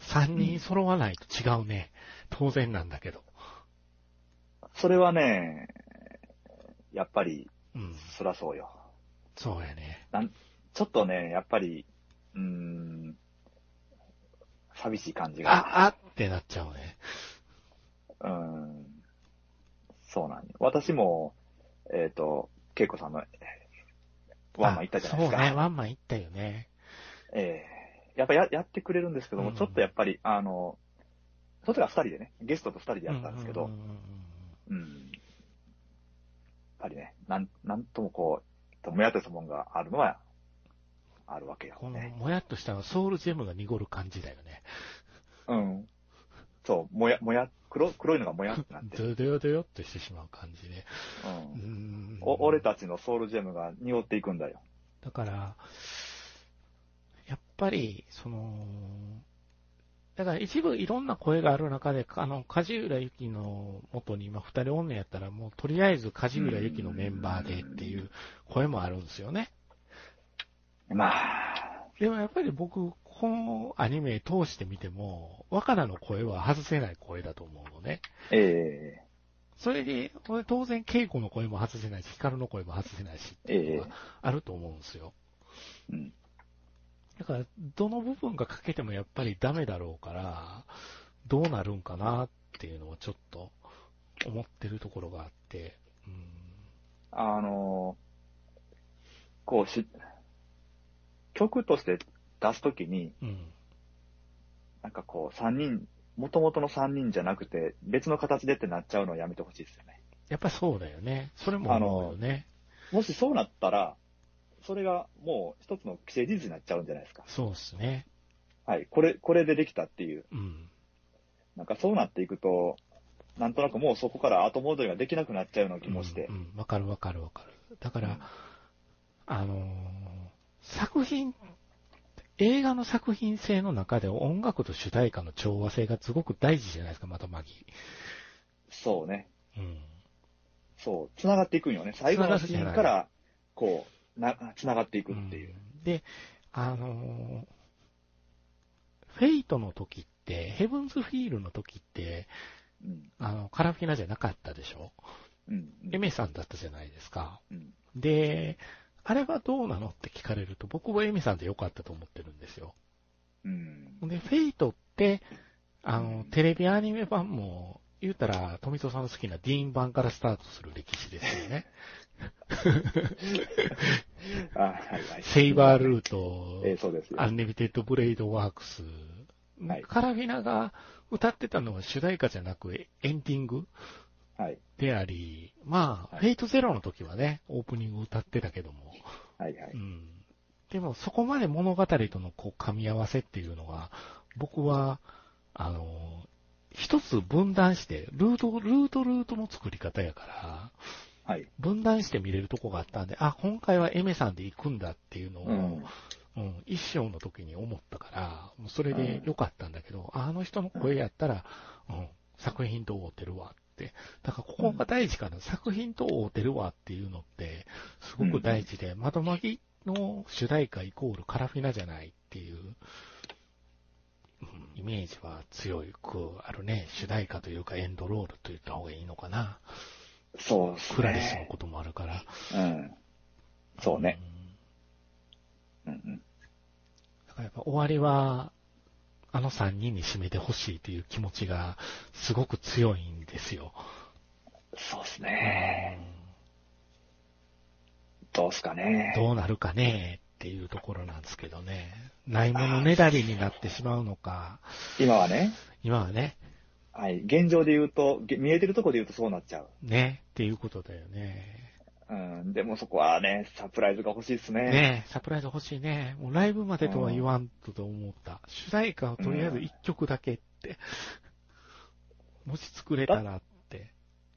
A: 3人揃わないと違うね。当然なんだけど。
B: あ。それはね、やっぱり、
A: うん、
B: そらそうよ。
A: そうやね。
B: ちょっとね、やっぱり、うーん、寂しい感じが。
A: あ、あってなっちゃうね。
B: うん。そうなんよ私も、えっ、と、恵子さんの、ワンマン行ったじゃないですか。
A: あそうね、ワンマン行ったよね。
B: ええやっぱややってくれるんですけども、
A: うん
B: ちょっとやっぱり、あの、その時は二人でね、ゲストと二人でやったんですけ
A: う
B: ど
A: んう、んうんうん
B: うんやっぱりね、なん、なんともこう、もやっとしたもんがあるのは、あるわけよ
A: この、
B: ね。
A: もやっとしたソウルジェムが濁る感じだよね。
B: うん。そう、もや、もや、黒、黒いのがもやってなって
A: ド、ヨドヨドヨっとしてしまう感じで。
B: う。
A: うんん
B: お俺たちのソウルジェムが濁っていくんだよ。
A: だから、やっぱり、その、だから一部いろんな声がある中で、あの、梶浦由紀の元に今二人おんねやったら、もうとりあえず梶浦由紀のメンバーでっていう声もあるんですよね。
B: まあ、
A: でもやっぱり僕、このアニメ通して見ても、若菜の声は外せない声だと思うのね。
B: ええ
A: それで、これ当然稽古の声も外せないし、光の声も外せないしっていうのはあると思うんですよ。
B: うん。
A: だから、どの部分が欠けてもやっぱりダメだろうから、どうなるんかなっていうのをちょっと思ってるところがあって、うん、
B: あの、こうし、曲として出すときに、
A: うん、
B: なんかこう、三人、元々の三人じゃなくて、別の形でってなっちゃうのはやめてほしいですよね。
A: やっぱそうだよね。それも思うよね。
B: もしそうなったら、それがもう一つの既成事実になっちゃうんじゃないですか。
A: そうですね。
B: はい。これ、これでできたっていう。
A: うん。
B: なんかそうなっていくと、なんとなくもうそこから後戻りができなくなっちゃうような気もして
A: う。ん、うんわかるわかるわかる。だから、あのー作品、映画の作品性の中で音楽と主題歌の調和性がすごく大事じゃないですか、またマギ。
B: そうね。
A: うん。
B: そう。繋がっていくんよね。最後のシ
A: 繋が
B: ー
A: る
B: ンから、こう、な、繋がっていく
A: うん
B: っていう。
A: で、あのーフェイトの時って、ヘブンズフィールの時って、
B: うん。
A: あの、カラフィナじゃなかったでしょ
B: うん。
A: エメさんだったじゃないですか。
B: うん。
A: で、あれはどうなのって聞かれると、僕はエメさんでよかったと思ってるんですよ。
B: うん。
A: で、フェイトって、あの、テレビアニメ版も、言うたら、富戸さんの好きなディーン版からスタートする歴史ですよね。
B: あ、はい はい。
A: セイバールート、
B: えーそうですよ。
A: アンリミテッドブレイドワークス、
B: はい
A: カラビナが歌ってたのは主題歌じゃなくエンディング
B: はい。
A: であり、まあ、
B: はい
A: フェイトゼロの時はね、オープニング歌ってたけども、。
B: はいはいう
A: ん。でもそこまで物語とのこう噛み合わせっていうのが、僕は、あの、一つ分断して、ルート、ルート、ルートの作り方やから、
B: はい。
A: 分断して見れるとこがあったんで、あ、今回はエメさんで行くんだっていうのを、
B: うん。
A: うん、一章の時に思ったから、もうそれで良かったんだけど、あの人の声やったら、うん、作品と合うてるわって。だからここが大事かな、作品と合うてるわっていうのって、すごく大事で、窓巻きの主題歌イコールカラフィナじゃないっていう、うんイメージは強くあるね。主題歌というかエンドロールと言った方がいいのかな。
B: そうっすね。
A: クラリスのこともあるから。
B: うん。そうね。
A: ん
B: うんうん。
A: だからやっぱ終わりは、あの3人に締めてほしいという気持ちがすごく強いんですよ。
B: そうっすね。どうっすかね。
A: どうなるかねっていうところなんですけどね。ないものねだりになってしまうのか、
B: 今はね、
A: 今はね、
B: はい。現状で言うと、げ見えてるとこで言うとそうなっちゃう。
A: ね、っていうことだよね。
B: うん。でもそこはね、サプライズが欲しいっすね。
A: ねサプライズ欲しいね。もうライブまでとは言わんとと思った。主題歌をとりあえず1曲だけって、もし作れたらって。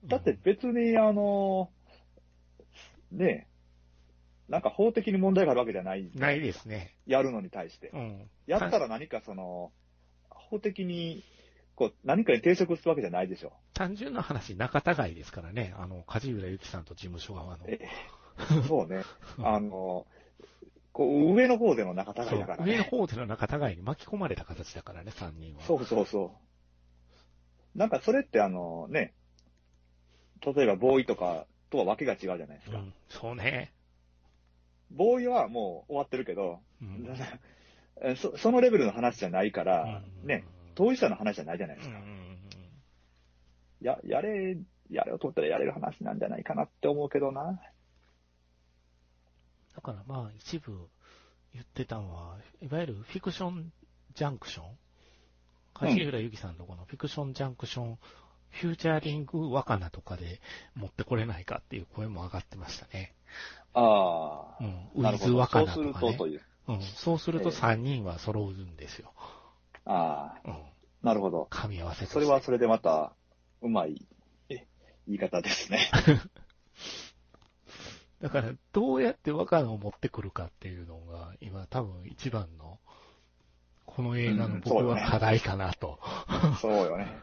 B: だって別に、あの、ねえ、なんか法的に問題があるわけじゃない。
A: うんないですね。
B: やるのに対して
A: う。ん。
B: やったら何かその、法的に、こう、何かに抵触するわけじゃないでしょ。
A: 単純な話、仲違いですからね。あの、梶浦由紀さんと事務所側の。
B: えそ うね。あの、こう、上の方での仲
A: そ
B: 違いうだから
A: 上の
B: ね。
A: 方での仲違いに巻き込まれた形だからね、3人は。
B: そうそうそう。なんかそれってあのね、例えばボーイとかとはわけが違うじゃないです
A: う
B: か。
A: ん、そうね。
B: ボーイはもう終わってるけど、
A: うん。
B: そそのレベルの話じゃないか
A: う
B: ら、
A: ん
B: ね、当事者の話じゃないじゃないで
A: う
B: す
A: んう
B: か。
A: ん
B: や、やれ、やれを取ったらやれる話なんじゃないかなって思うけどな。
A: だからまあ、一部言ってたのは、いわゆるフィクションジャンクション梶浦由紀さんのこのフィクションジャンクション、フューチャーリング若菜とかで持ってこれないかっていう声も上がってましたね。
B: あ
A: う
B: あ。
A: ん。ウ
B: な
A: ィ
B: る
A: ズ
B: ほど。
A: 若
B: そう
A: 菜と
B: する
A: か
B: と
A: ね。
B: という。
A: うん、そうすると
B: ええ
A: 3人は揃うんですよ。
B: ああ、
A: うん、
B: なるほど。
A: 噛み合わせとして
B: それはそれでまた、うまい、え、言い方ですね。
A: だから、どうやって若菜を持ってくるかっていうのが、今多分一番の、ここの映画
B: う
A: の
B: ん
A: 僕
B: そう
A: は
B: だね
A: 課題かなと。
B: そうよね。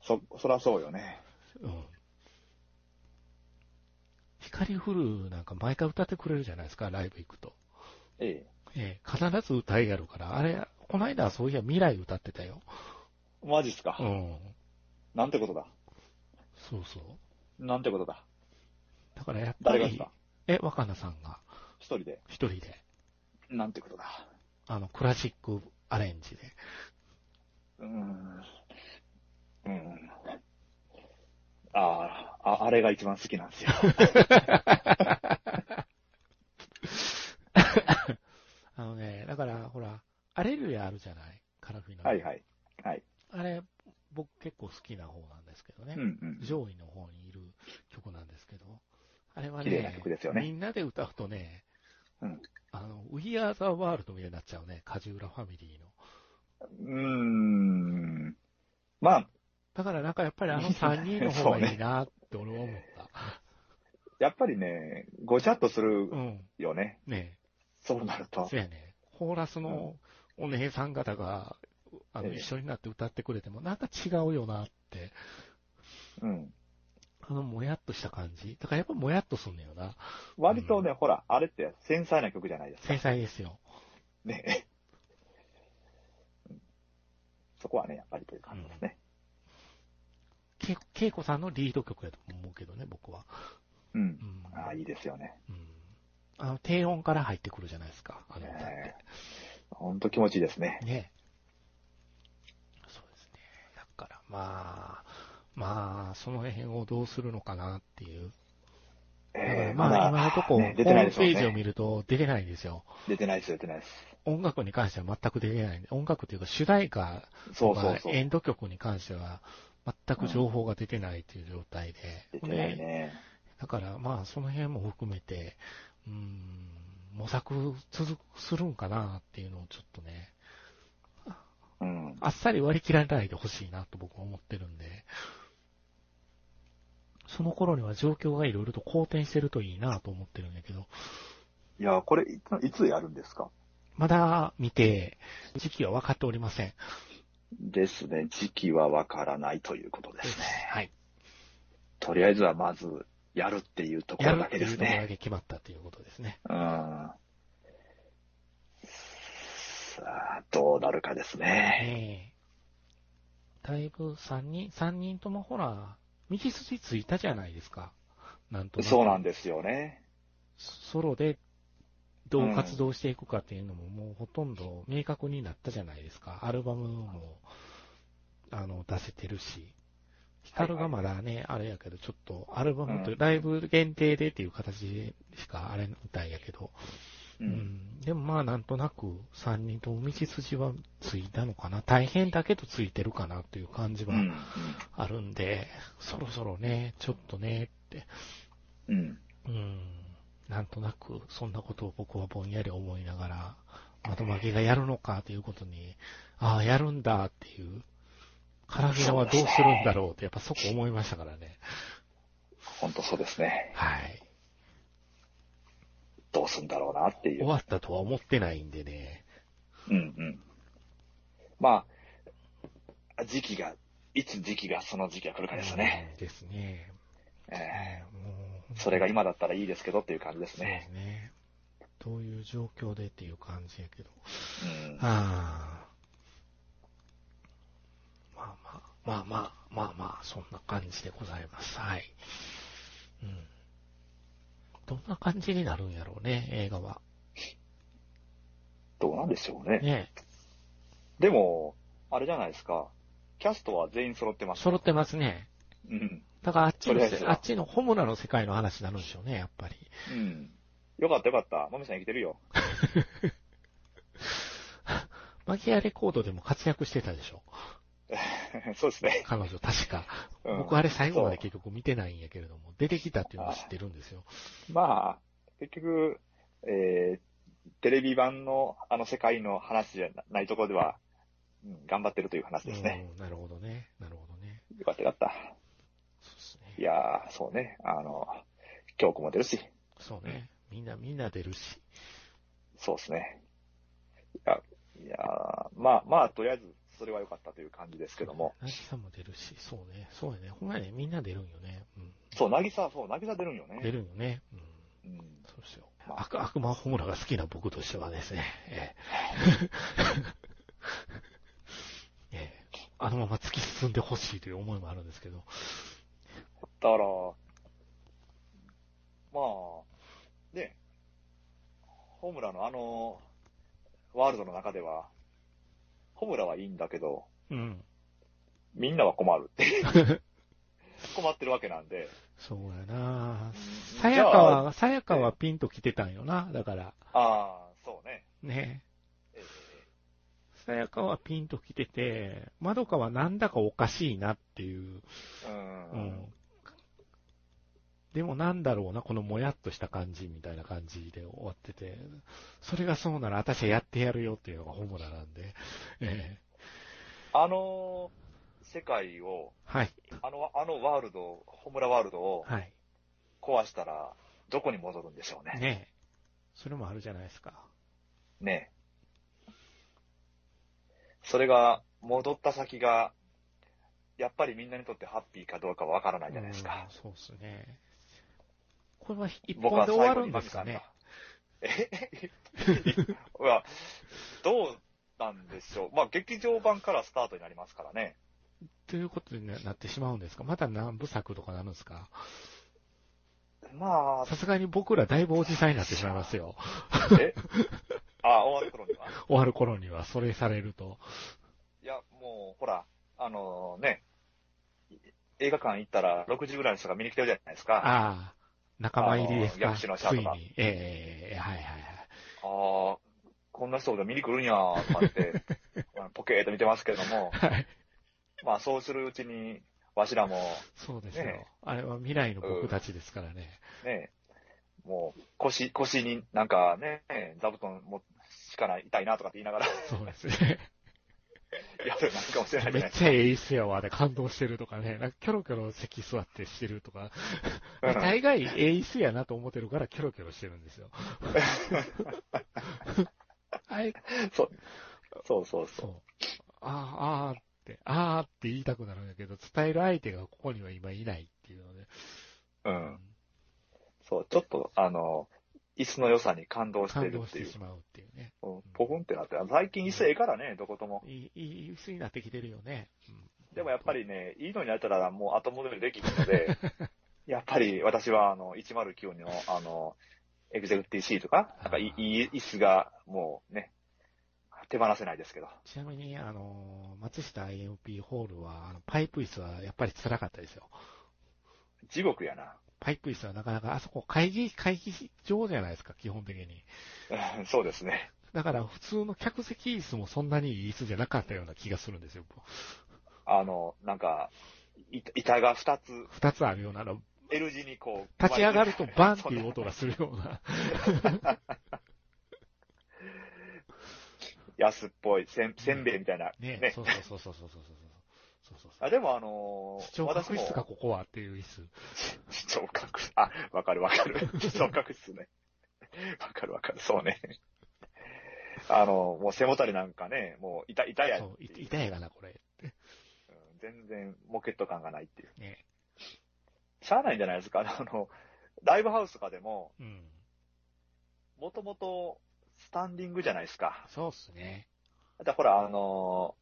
B: そ、そらそうよね。
A: うん光フルなんか毎回歌ってくれるじゃないですか、ライブ行くと。
B: え
A: ええ必ず歌いやるから、あれ、この間はそういや未来歌ってたよ。
B: え。マジっすか
A: う。ん。
B: なんてことだ。
A: そうそう。
B: なんてことだ。
A: だからやっぱ
B: 誰がっす
A: り
B: か、
A: え、若菜さんが
B: 一人で。
A: 一人で、
B: なんてことだ。
A: あの、クラシックアレンジで。
B: うーん。うん。あーあ、あれが一番好きな んですよ。
A: あのね、だから、ほら、アレルヤあるじゃないカラフィナ。
B: はいはい。はい。
A: あれ、僕結構好きな方なんですけどね。
B: うんうん。
A: 上位の方にいる曲なんですけど、あれは
B: 綺麗な
A: ね、
B: 曲ですよね
A: みんなで歌うとね、
B: うん
A: あの、We Are the World みたいになっちゃうね、梶浦ファミリーの。
B: うーん。まあ、
A: だからなんかやっぱりあの3人の方がいいなって俺は思った。
B: やっぱりね、ごちゃっとする
A: うん。
B: よね。
A: ね
B: そうなる
A: え、
B: と。
A: そうやね。コーラスのお姉さん方が、あの、
B: ええ
A: 一緒になって歌ってくれても、なんか違うよなって、
B: うん。
A: あの、もやっとした感じ。だからやっぱもやっとすんのよな。
B: 割とね、ほら、あれって繊細な曲じゃないですか
A: 繊。細ですよ。
B: ね。 そこはね、やっぱりという感じですね。
A: けけいこさんのリード曲やと思うけどね、僕は。
B: うん。
A: うん。
B: ああ、いいですよね。
A: うんあの、低音から入ってくるじゃないですか、あの歌って
B: え。ー、ほんと気持ちいいですね。
A: ね。そうですね。だから、まあ、まあ、その辺をどうするのかなっていう。だか
B: え
A: ら
B: ー、
A: まあ、今のとこ、
B: ね、
A: ホ
B: 出てな
A: ー
B: い
A: ム
B: ですもん
A: ページを
B: ね。
A: 見ると出てないんですよ。
B: 出てないです、出てないです。
A: 音楽に関しては全く出てないんで。音楽というか主題歌と
B: そうそう
A: か
B: そう。
A: エンド曲に関しては全く情報が出てないという状態で。
B: 出てな
A: で
B: いね。
A: だから、まあ、その辺も含めて、うーん、模索続くするんかなっていうのをちょっとね、
B: うん。
A: あっさり割り切らないでほしいなと僕は思ってるんで、その頃には状況がいろいろと好転してるといいなと思ってるんだけど、
B: いや、これ、いついつやるんですか
A: まだ見て、時期は分かっておりません。
B: ですね。時期はわからないということですね。
A: はい。
B: とりあえずはまず、やるっていうとこ
A: や
B: ろ
A: る
B: だ
A: って
B: け
A: い
B: で
A: う
B: す
A: ところだ
B: ね。
A: け決まったということですね。
B: うん。さあ、どうなるかです
A: え
B: ね。
A: えだいぶ3人、三人ともほら、道筋ついたじゃないですか。なんとなく。
B: そうなんですよね。
A: ソロでどう活動していくかっていうのももうほとんど明確になったじゃないですか。アルバムも、あの、出せてるし。ヒカルがまだね、あれやけど、ちょっとアルバムと
B: うん
A: ライブ限定でっていう形でしかあれみたいやけど。
B: う。
A: うんん。でもまあなんとなく3人とも道筋はついたのかな。大変だけどついてるかなという感じ
B: う
A: は
B: ん。
A: あるんで、そろそろね、ちょっとねって
B: うん。
A: うん、なんとなく、そんなことを僕はぼんやり思いながら、窓負けがやるのかということに、ああ、やるんだっていう、カラフィナはどうするんだろうって、やっぱそこ思いましたからね。
B: 本当そうですね。
A: はい。
B: どうすんだろうなってい
A: 終
B: う。
A: わったとは思ってないんでね。
B: うんうん。まあ、時期が、いつ時期が、その時期が来るかですね。
A: うん。ですね。
B: ええ
A: ねもう
B: それが今だったらいいですけどっていう感じです
A: そうで
B: ね。
A: すね。どういう状況でっていう感じやけど。
B: うん。
A: ああ。まあまあ、まあまあ、まあまあ、そんな感じでございます。はい。うん。どんな感じになるんやろうね、映画は。
B: どうなんでしょうね。
A: ね
B: でも、あれじゃないですか。キャストは全員揃ってます。
A: 揃ってますね。
B: うん。
A: だからあっち
B: とり
A: の
B: あえず
A: せ、
B: は
A: あっちのホムラの世界の話になるんでしょうね、やっぱり。
B: うん。よかったよかった。マミさん生きてるよ。
A: マギアレコードでも活躍してたでしょ。
B: そうですね。
A: 彼女、確か。
B: うん
A: 僕あれ最後まで結局見てないんやけれども、出てきたっていうのは知ってるんですよ。
B: まあ、結局、えー、テレビ版のあの世界の話じゃないところでは、うん、頑張ってるという話ですね。
A: うん、なるほどね。なるほどね。
B: よかったよかった。
A: そうですね。
B: いやー、そうね。あの、京子も出るし、
A: そうね。みんな、みんな出るし。
B: そうですね。いや、いやーまあまあ、とりあえず、それは良かったという感じですけども。
A: なぎさも出るし、そうね、そうやね、ほんまやね、みんな出るんよね。う
B: そう、なぎさ、そう、なぎさ出るんよ
A: ん。出
B: ね。
A: るんよね。うん。
B: うん。
A: そうですよ。
B: まあ
A: 悪、悪魔ホムラが好きな僕としてはですね、ええ ええあのまま突き進んでほしいという思いもあるんですけど、
B: だから、まあ、ね、ホムラのあの、ワールドの中では、ホムラはいいんだけど、
A: うん。
B: みんなは困るって。 困ってるわけなんで。
A: そうやな
B: うん
A: さ
B: じ
A: や
B: ゃ
A: か
B: あ
A: は、さやかはピンと来てたんよな、だから、
B: ああ、そうね。
A: ね。
B: ええ
A: さやかはピンと来てて、まどかはなんだかおかしいなっていう、
B: う
A: うんん。でもなんだろうな、このもやっとした感じみたいな感じで終わってて、それがそうなら私はやってやるよっていうのがホムラなんで、ええ
B: あの世界を、
A: はい、
B: あの、あのワールド、ホムラワールドを
A: はい、
B: 壊したら、どこに戻るんでしょうね。
A: ねえそれもあるじゃないですか。
B: ねそれが、戻った先が、やっぱりみんなにとってハッピーかどうかはわからないじゃないですか
A: うん。そうですね。これは一
B: 僕
A: 本
B: は
A: で
B: 最
A: 終わ
B: 後
A: る
B: に
A: んですかね。
B: マミさんが。え いやどうなんでしょう。まあ、劇場版からスタートになりますからね。
A: ということになってしまうんですかまた何部作とかなるんですか
B: まあ、
A: さすがに僕らだいぶおじさんになってしまいますよ。
B: えあ、終わる頃には。
A: 終わる頃には、それされると。
B: いや、もう、ほら、あのね、映画館行ったら60ぐらいの人が見に来てるじゃないですか。あ
A: ああ、仲間入りです
B: あの
A: か
B: 薬師の
A: つ
B: 下
A: い
B: とか
A: に。ええはいはいはい。
B: あー、こんな人が見に来るんやと かって、あのポケーっと見てますけれども、
A: はい。
B: まあそうするうちに、わしらも、
A: そうですよ、
B: ね
A: あれは未来の僕たちですからね。
B: ね、もう腰、腰になんかね、座布団もしかない、痛いなとかって言い ながら
A: そうですね。
B: やるようになるかもしれな
A: め
B: いじゃない
A: っ
B: です
A: ちゃええ椅子やわ、で感動してるとかね。なんかキョロキョロ席座ってしてるとか。
B: か。
A: 大概ええ椅子やなと思ってるからキョロキョロしてるんです よ。あれ、
B: そうそうそ。
A: そうう。ああ、ああって、ああって言いたくなるんだけど、伝える相手がここには今いないっていうので。
B: う。
A: うん
B: そう、ちょっと、あの、椅子の良さに感動して
A: 感
B: る
A: 動
B: っ
A: して
B: い
A: て
B: う
A: し。まうっていうね。
B: うんポコンってなって、最近椅子ええからね、どことも。
A: いい、いい椅子になってきてるよね。うん
B: でもやっぱ、りね、いいのになったらもう後戻りできる ので、やっぱり私はあの、109のあの、エグゼクティシーとか、なんかいいいい椅子がもうね、手放せないですけど。
A: ちなみに、あの、松下 IMP ホールは、あのパイプ椅子はやっぱり辛かったですよ。
B: 地獄やな。
A: パイプ椅子はなかなか、あそこ会議、会議場じゃないですか、基本的に。
B: うんそうですね。
A: だから普通の客席椅子もそんなにいい椅子じゃなかったような気がするんですよ。
B: あの、なんか、い板が2つ、
A: 二つあるような、あの
B: L 字にこう、
A: 立ち上がるとバンっていう
B: そんな
A: 音がするような。
B: 安っぽい、せんせんべいみたいな。
A: ね
B: ね
A: そうそうそうそうそうそうそう。そうそうそう
B: あでもあの
A: 視聴
B: 私
A: 覚
B: も
A: 室か、ここはっていう椅子。
B: 視聴覚室。あ、わかるわかる。視聴覚室ね。わかるわかる。そうね。あの、もう背もたれなんかね、もう痛、痛や
A: そう、
B: って
A: い
B: いう
A: 痛いがな、これ。
B: うん全然モケット感がないっていう。
A: ね。
B: しゃあないんじゃないですか。あの、ライブハウスとかでも、
A: うん。
B: もともとスタンディングじゃないですか。
A: そうっすね。
B: だってほら、あの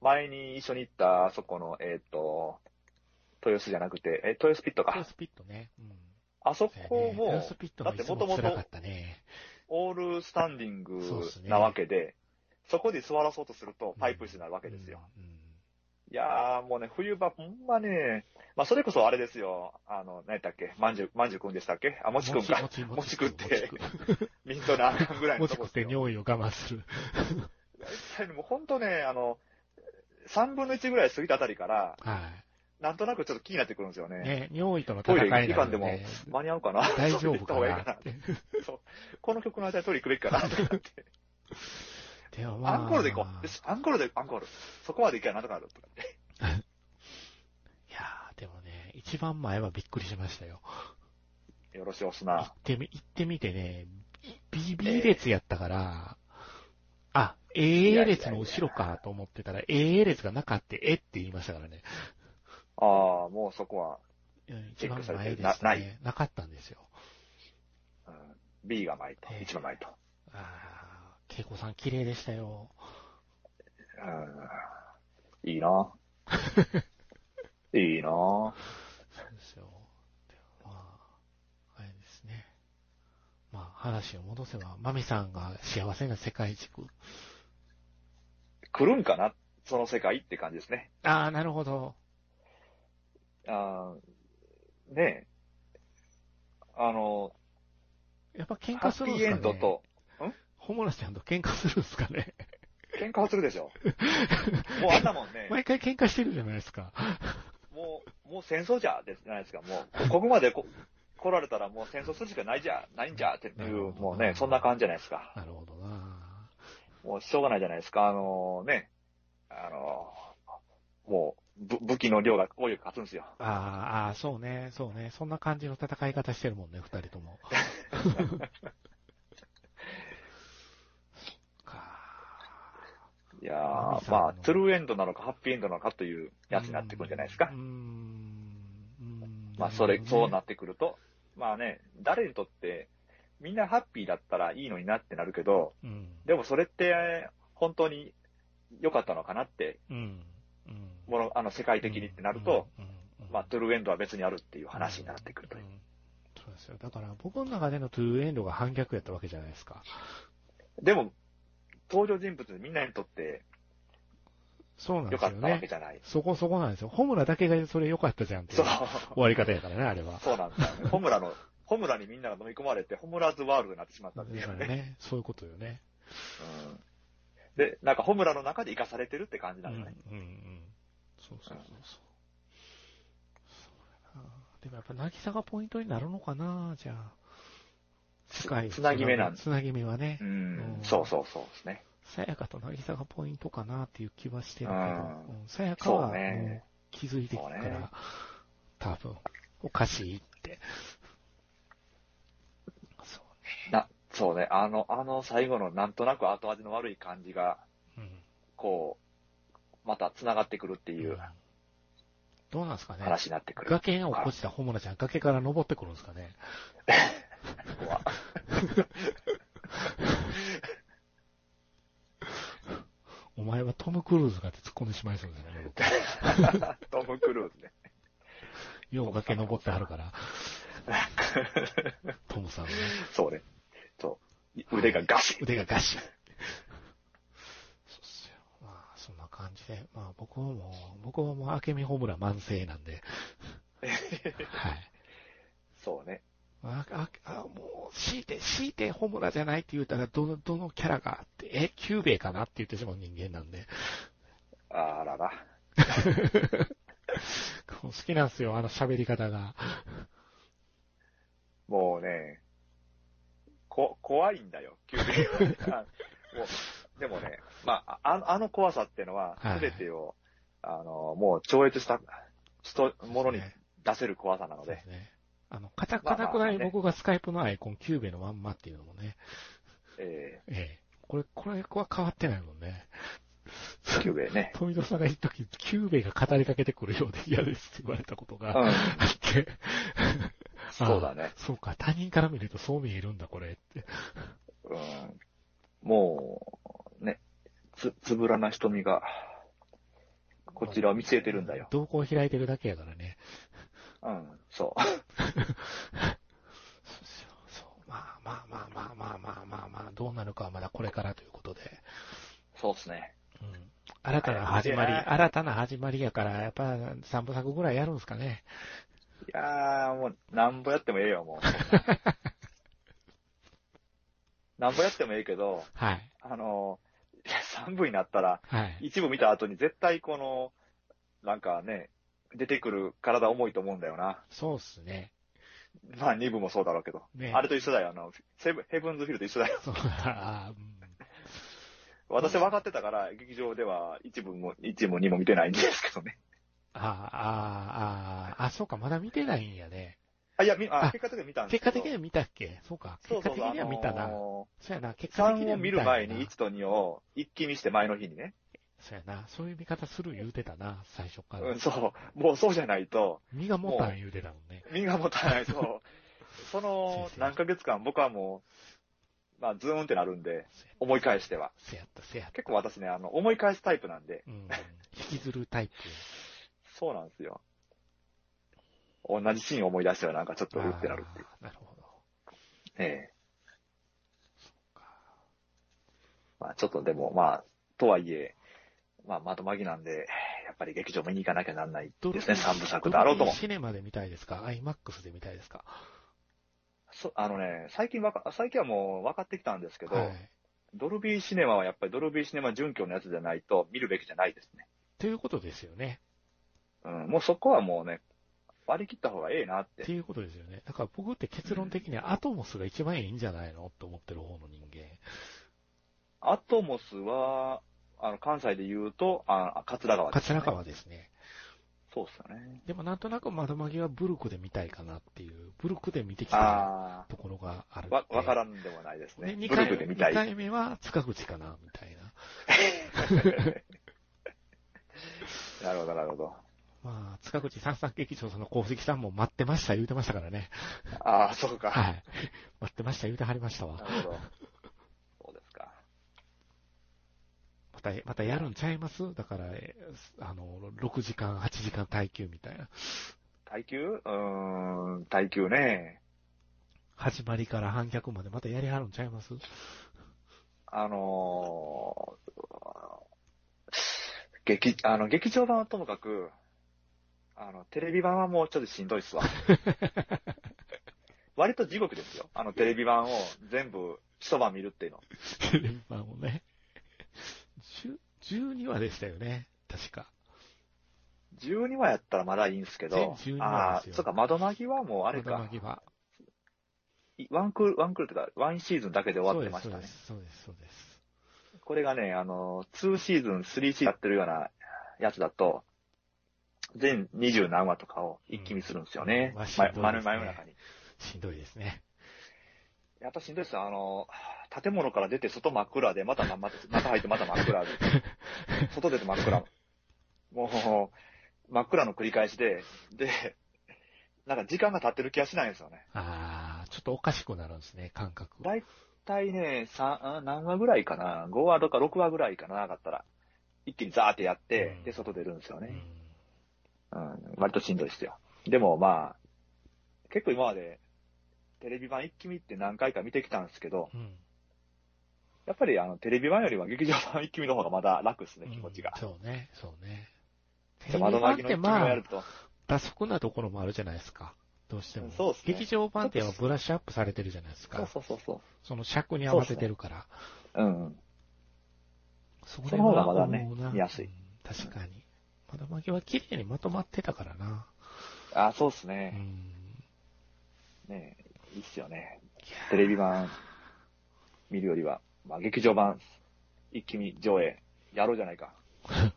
B: 前に一緒に行った、あそこの、えっ、と、豊洲じゃなくて、え、豊洲ピット
A: クロ
B: か。
A: スピットね。うん。
B: あそ
A: そうや
B: こ
A: ねクロ
B: も
A: ス、ピットの椅子
B: だって
A: も
B: 元々
A: 辛かったね。
B: オールスタンディング
A: そうっすね
B: なわけで、そこで座らそうとすると、パイプ椅子になるわけですよ。
A: うん。うん
B: いやー、もうね、冬場、ほんまね、まあ、それこそあれですよ、あの、何やったっけ、まんじゅう、まんじゅうくんでしたっけあ、もちくんか。
A: ち
B: もちくって
A: もちく
B: ミントのあかんぐらい
A: も
B: の
A: ち
B: と
A: く
B: こ
A: っ
B: です
A: て
B: よ。
A: 尿意を我慢する。
B: 大体もうほんとね、あの、3分の1ぐらい過ぎたあたりから、
A: はい。
B: なんとなくちょっと気になってくるんですよね。
A: ね、尿意との戦いなん
B: トイレ行かんでも
A: ね
B: 間に合うかな
A: 大丈夫か
B: トイレ行った方が
A: ないって。
B: いかなこの曲の間に取り行くべきかなとかって。
A: でもま
B: ア
A: あ
B: ンコールで行こう。よしアンコールで、アンコール。そこまで行けばなんとかなるとかって。
A: いやーでもね、一番前はびっくりしましたよ。
B: よろしいおす
A: 行っ
B: な。
A: てみ、行ってみてね、ビ BB 列やったから、あ、 AA 列の後ろかと思ってたら、AA 列がなかって、えって言いましたからね。
B: ああ、もうそこは、
A: うん一
B: チェッ
A: 番
B: クされて
A: 前で
B: る
A: した
B: な
A: ね。なかったんですよ。
B: うん、B が前と
A: え、え
B: 一番前と。
A: あー、恵子さん綺麗でしたよ。
B: うん、いいな いいな
A: そうですよ。でまあ、あれですね。まあ、話を戻せば、マミさんが幸せな世界一区。
B: 来るんかなその世界って感じですね。
A: ああ、なるほど。
B: あーねえ。あの、
A: やっぱ喧
B: ハ
A: 嘩す
B: ッ
A: るん
B: ピー
A: す
B: エ
A: か
B: ンド
A: ね。
B: と、
A: ホモラちゃんと喧嘩するんすかね。
B: 喧嘩をする でしょ。もうあんなもんね、
A: 毎回喧嘩してるじゃないですか。
B: もう、もう戦争じゃ、ですじゃないですか。もう、ここまでこ来られたらもう戦争するしかないじゃ、ないんじゃっていう、もうね、そんな感じじゃないですか。
A: なるほどな
B: もうしょうがないじゃないですか。あのね、あのもうぶ、武器の量が多い勝つんですよ。
A: あーあー、そうね、そうね。そんな感じの戦い方してるもんね、二人と も。そっか
B: いやー
A: マミさん
B: まあ
A: の、
B: トゥルーエンドなのか、ハッピーエンドなのかというやつになってくるんじゃないですか
A: うー。ん。うーん
B: まあ、それ、そうな
A: る
B: ってくると、まあね、誰にとって、みんなハッピーだったらいいのになってなるけど、
A: ほどね。
B: でもそれって、本当に良かったのかなって、
A: うん。うん。うん。
B: もの、あの、世界的にってなると、
A: うん、うん
B: まあ、トゥルーエンドは別にあるっていう話になってくるという
A: うん。そうですよ。だから、僕の中でのトゥーエンドが反逆やったわけじゃないですか。
B: でも、登場人物みんなにとって
A: そうなんで
B: 良
A: す
B: か
A: よ
B: ったわ
A: ね
B: け。じゃない。
A: そこそこなんですよ。ホムラだけがそれ良かったじゃんっていう
B: そう。
A: 終わり方やからね、あれは。
B: そうなんですよね。ホムラの、ホムラにみんなが飲み込まれて、ホムラーズワールドになってしまっ
A: だ
B: たんです
A: か
B: よ
A: ら
B: ね。
A: ね、そういうことよね。
B: うんで、なんかホムラの中で生かされてるって感じ
A: う
B: なんん
A: う
B: で
A: ん
B: すね。
A: うん。そうそうそうそう。そうやなでもやっぱ、渚がポイントになるのかなじゃあ。
B: つ
A: 深い。
B: つなぎ目なん
A: つなぎ目はね
B: う。
A: うんん、
B: そうそうそうですね。
A: さやかと渚がポイントかなっていう気はしてるけど
B: う、
A: うんさやかは
B: そうね
A: もう気づいてるか
B: そ
A: ら、
B: うね
A: 多分、おかしいって。そ
B: な、そうね、あの、あの最後のなんとなく後味の悪い感じが、
A: う。うん。
B: こう、また繋がってくるっていう
A: どうなんですかね
B: 話になってくる。
A: 崖を落っこちたホモラちゃん、崖から登ってくるんですかね。
B: ここは
A: お前はトム・クルーズがって突っ込んでしまいそうですね。僕
B: トム・クルーズね。
A: よう崖登ってはるから。トムさんのね、
B: そうね。そう。腕がガシッ。
A: 腕がガシッ。そうっすよ。まあ、そんな感じで。まあ、僕はもう、僕はもう、明美ホムラ満世なんで。はい。
B: そうね。
A: あ、あ、あもう、強いて、強いてホムラじゃないって言ったら、どの、どのキャラがあって、え、キューベイかなって言ってしまう人間なんで。
B: あらら。
A: 好きなんですよ、あの喋り方が。
B: もうね、こ、怖いんだよ、キュービーはあもうでもね、まあ、ああの怖さってのは
A: は、い
B: すべてを、あの、もう超越した、人、ものに
A: ね
B: 出せる怖さなの
A: そうで
B: で、
A: すね。あの、かたかたくない僕がスカイプのアイコン、キューベイのまんまっていうのもね。
B: え
A: ええ。これ、これは変わってないもんね。
B: ー、キューベ ーね。
A: 富田さんが言った時、キューベイが語りかけてくるようで嫌ですって言われたこと
B: う
A: があっ
B: ん、
A: て。
B: そうだね。
A: そうか、他人から見るとそう見えるんだ、これって。
B: うん、もう、ね、つ、つぶらな瞳が、こちらを見据えてるんだよ。
A: 動向を開いてるだけやからね。
B: うん、そ
A: そうそうそう。まあまあまあまあまあまあまあまあ、どうなるかはまだこれからということで。
B: う、そうですね。
A: うん。新たな始まり、
B: いや
A: 新たな始まりやから、やっぱ3部作ぐらいやるんすかね。
B: いやー、もう、なんぼやってもええよ、も う。なんぼやってもええけど、
A: はい。
B: あの、いや3部になったら、
A: はい。
B: 一部見た後に絶対この、なんかね、出てくる体重いと思うんだよな。
A: そうっすね。
B: まあ2部もそうだろうけど。
A: ね
B: あれと一緒だよ、あの、セブンヘブンズフィールド一 緒だよ。
A: そう、あーうん
B: 私分かってたから、劇場では一部も、一部も2も見てないんですけどね。
A: あーあー、あーあー、そうか、まだ見てないんやね。
B: あ、いや、みあ
A: あ
B: 結果的には見たんで
A: 結
B: すけ
A: 果
B: ど
A: 的には見たっけそうか。
B: そ
A: 結果
B: うそう
A: 的
B: そう。
A: には見たな。
B: あ
A: そ
B: の
A: うやな。結果的に
B: 3
A: は
B: を見
A: 見たんや
B: る
A: な
B: 前に1と2を一気見して前の日にね。
A: そうやな。そういう見方する言うてたな、最初から。
B: うん、そう。もうそうじゃないと、
A: 身が持たん言うてたもんね。
B: 身が持たないと、その何ヶ月間僕はもう、まあ、ズーンってなるんで、思い返しては。
A: せやった、せやった。
B: 結構私ね、あの、思い返すタイプなんで、
A: うん。引きずるタイプ。
B: そうなんですよ。同じシーンを思い出したらなんかちょっとうってなるっていう。
A: あーなるほど。
B: ええ
A: か
B: まあ、ちょっとでも、まあ、とはいえ、まあ、まとまぎなんで、やっぱり劇場見に行かなきゃなんないですね、三部作だろうと
A: ドル
B: も
A: フィ。ンシネマで見たいですか ?IMAX で見たいですか
B: そあのね、最近わか、最近はもう分かってきたんですけど、
A: はい。っ
B: ドルビーシネマはやっぱりドルビーシネマ準拠のやつじゃないと見るべきじゃないですね。
A: ていうことですよね。
B: うん、もうそこはもうね、割り切った方がええなっ。
A: ってていうことですよね。だから僕って結論的にアトモスが一番いいんじゃないのって思ってる方の人間。
B: アトモスは、あの、関西で言うと、ああ桂川です、ね。
A: 桂川ですね。
B: そうっすよね。
A: でもなんとなく窓紛はブルクで見たいかなっていう、ブルクで見てきた
B: あ
A: ところがあるん
B: あ、
A: で。
B: わ、わからんでもないですね。
A: ね、2
B: ブル
A: 回
B: クで見た
A: 二
B: い。
A: 回目は塚口かな、みたいな。
B: なるほど、なるほど。
A: まあ、塚口三三劇場さんの功績さんも待ってました言うてましたからね。
B: ああ、そうか。
A: はい。 待ってました言うてはりましたわ。
B: なるほど。そうですか。
A: また、またやるんちゃいますだから、えあの、6時間、8時間耐久みたいな。
B: 耐久うーん、耐久ね。
A: 始まりから反逆までまたやりはるんちゃい ます
B: あのー、劇、あの、劇場版はともかく、あの、テレビ版はもうちょっとしんどい っすわ。割と地獄ですよ。あの、テレビ版を全部一晩見るっていうの。
A: テレビ版をね。10 12話でしたよね。確か。
B: 12話やったらまだいいんすけど、
A: 全12話で
B: あ
A: す
B: あ
A: よ
B: ー、そうか、窓巻きはもうあれ
A: 窓
B: か
A: 紛、は
B: いワンクール、ワンクールってか、ワンシーズンだけで終わってました
A: そう
B: ね
A: で。す、そうです、そうです。
B: これがね、あの、2シーズン、3シーズンやってるようなやつだと、全20何話とかを一気見するんですよ
A: う
B: ね。
A: んまあしんどい
B: ま
A: ですね
B: 真真夜中に。
A: しんどいですね。
B: やっぱしんどいですよ。あの、建物から出て外真っ暗で、またま、またまた入ってまた真 っ暗で、外出て真っ暗。もう、真っ暗の繰り返しで、で、なんか時間が経ってる気がしないんですよね。
A: あー、ちょっとおかしくなるんですね、感覚。
B: 大体ね、三あ何話ぐらいかな ?5 話とか6話ぐらいかななかったら。一気にザーってやって、
A: うん
B: で、外出るんですよ
A: う
B: ね。
A: ん
B: うん、割としんどいですよ。でもまあ、結構今までテレビ版一気見って何回か見てきたんですけど、
A: うん。
B: やっぱりあのテレビ版よりは劇場版一気見の方がまだ楽ですね、気持ちが
A: うん。そうね、そうね。テレ
B: で
A: ビ
B: 窓
A: 版っ
B: 巻きの一
A: て
B: 気見を
A: ま
B: や
A: あ
B: る、と、
A: 打足なところもあるじゃないですか。どうしても。
B: そうっすね
A: 劇場版ってやっぱブラッシュアップされてるじゃないですか。
B: そうそうそうそ
A: その尺に合わせてるから。
B: う。うん。
A: そ
B: ねその方がまだね
A: れは思うな
B: 見やすい
A: うん確かに。窓巻きは綺麗にまとまってたからな。
B: あ、そうです
A: う
B: ね。
A: ん。
B: ねいいっすよね。
A: いや
B: テレビ版見るよりは、まあ劇場版一気見上映やろうじゃないか。
A: ま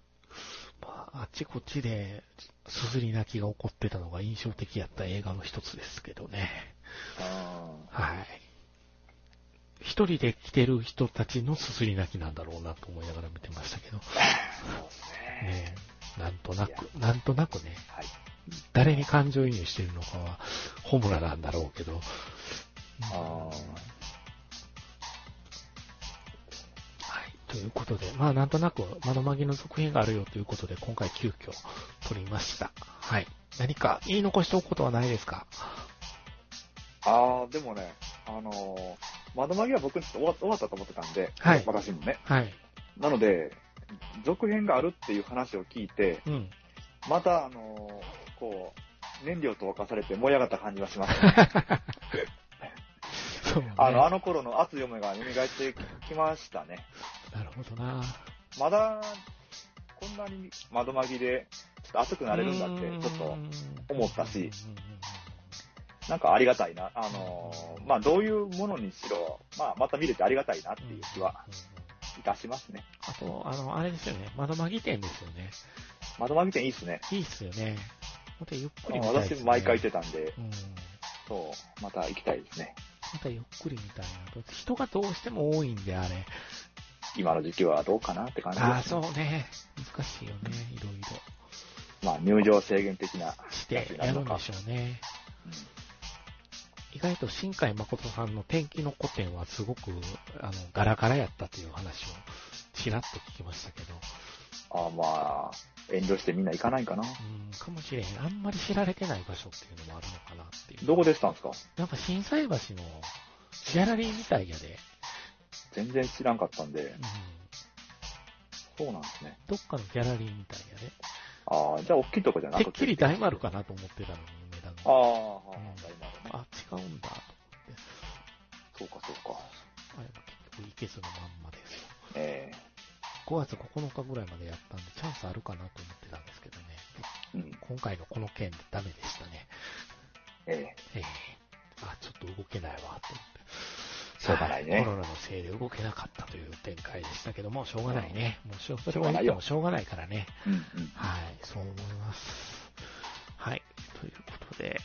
A: あ、あっちこっちで、すずり泣きが起こってたのが印象的やった映画の一つですけどね。
B: うん。
A: はい。一人で来てる人たちのすずり泣きなんだろうなと思いながら見てましたけど。ねえなんとなく、なんとなくね、
B: はい。
A: 誰に感情移入してるのかは、ホムラなんだろうけど。
B: あ
A: はい。ということで、まあなんとなく窓紛の続編があるよということで、今回急遽撮りました。はい。何か言い残しておくことはないですか
B: あ。ああ、でもね、あのー窓紛は僕にとって終わ終わったと思ってたんで、
A: はい
B: 私もね。
A: はい。
B: なので、続編があるっていう話を聞いて、
A: うん。
B: また、あのーこう、燃料と沸かされて燃え上がった感じがします、ね。
A: そうね。
B: あの、あの頃の熱い思いが蘇ってきましたね。
A: なるほどな。
B: まだ、こんなに窓紛で、ちょっと熱くなれるんだって、ちょっと、
A: と
B: 思ったし。なんかありがたいな。あのーまあ、どういうものにしろ、まあ、また見れてありがたいなっていう気は
A: うんうん
B: いたしますね。
A: あと、あの、あれですよね。窓紛店ですよね。
B: 窓紛店いいっすね。
A: いいっすよね。ほんとゆっくり
B: うん
A: 見たい
B: 私
A: ですね
B: も毎回行ってたんで、
A: うん。
B: そう、また行きたいですね。
A: またゆっくり見たいなと。人がどうしても多いんで、あれ。
B: 今の時期はどうかなって感じです、
A: ああ、そうね。難しいよね。いろいろ。
B: まあ、入場制限的な
A: してやるんでしょうね。
B: うん
A: 意外と新海誠さんの天気の古典はすごく、あの、ガラガラやったという話を、ちらっと聞きましたけど。
B: ああ、まあ、遠慮してみんな行かないんかな。
A: うん、かもしれへん。あんまり知られてない場所っていうのもあるのかなっていう。
B: どこでしたんですか
A: なんか、震災橋のギャラリーみたいやで。
B: 全然知らんかったんで
A: う、ん。
B: そうなんですね。
A: どっかのギャラリーみたいやで。
B: ああ、じゃあ大きいとこじゃな
A: て
B: く
A: っきり大丸かなと思ってたのに、値段
B: あ
A: が。
B: あ、はあ
A: うん
B: 大丸ね。
A: あ、違うんだ。
B: そうか、そうか。
A: あれは結局、いけずのまんまですよ。
B: え
A: 5月9日ぐらいまでやったんで、チャンスあるかなと思ってたんですけどね。
B: えうん、
A: 今回のこの件でダメでしたね。
B: え
A: え
B: え
A: えあ、ちょっと動けないわ、と思って。
B: しょうがないね
A: コロナのせいで動けなかったという展開でしたけども、しょうがないね。もうしょう、それは言ってもしょうがないからね。
B: うん、うん。
A: はい、そう思います。はい、ということで、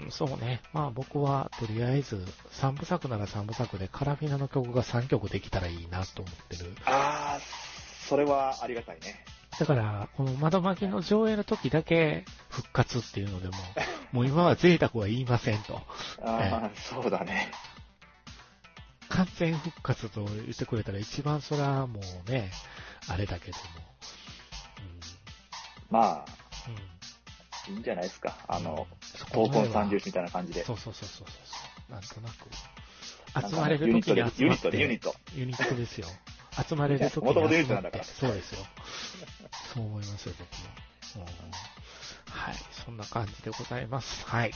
A: うん、そうね。まあ僕は、とりあえず、3部作なら3部作で、カラフィナの曲が3曲できたらいいなと思ってる。
B: ああ、それはありがたいね。
A: だから、この窓巻きの上映の時だけ復活っていうの でも、もう今は贅沢は言いませんと。
B: ああ、そうだね。
A: 完全復活と言ってくれたら一番そらもうね、あれだけども。
B: まあ、
A: うん。うん。
B: いいんじゃないですか。あの、
A: そこ
B: 闘
A: までは
B: 魂三流みたいな感じで。
A: そうそうそうそうそう。なんとな
B: なん
A: く。集
B: か
A: まれる
B: ユニッ
A: 時
B: ト
A: に
B: で
A: 集まって。
B: ユニットで、ユニット。
A: ユニットですよ。集まれる時に
B: いや元々ユ
A: 集
B: ニット
A: ま
B: な
A: っ
B: んだか
A: て。
B: ら
A: そうですよ。そう思いますよ、僕も。うんはい。そんな感じでございます。はい。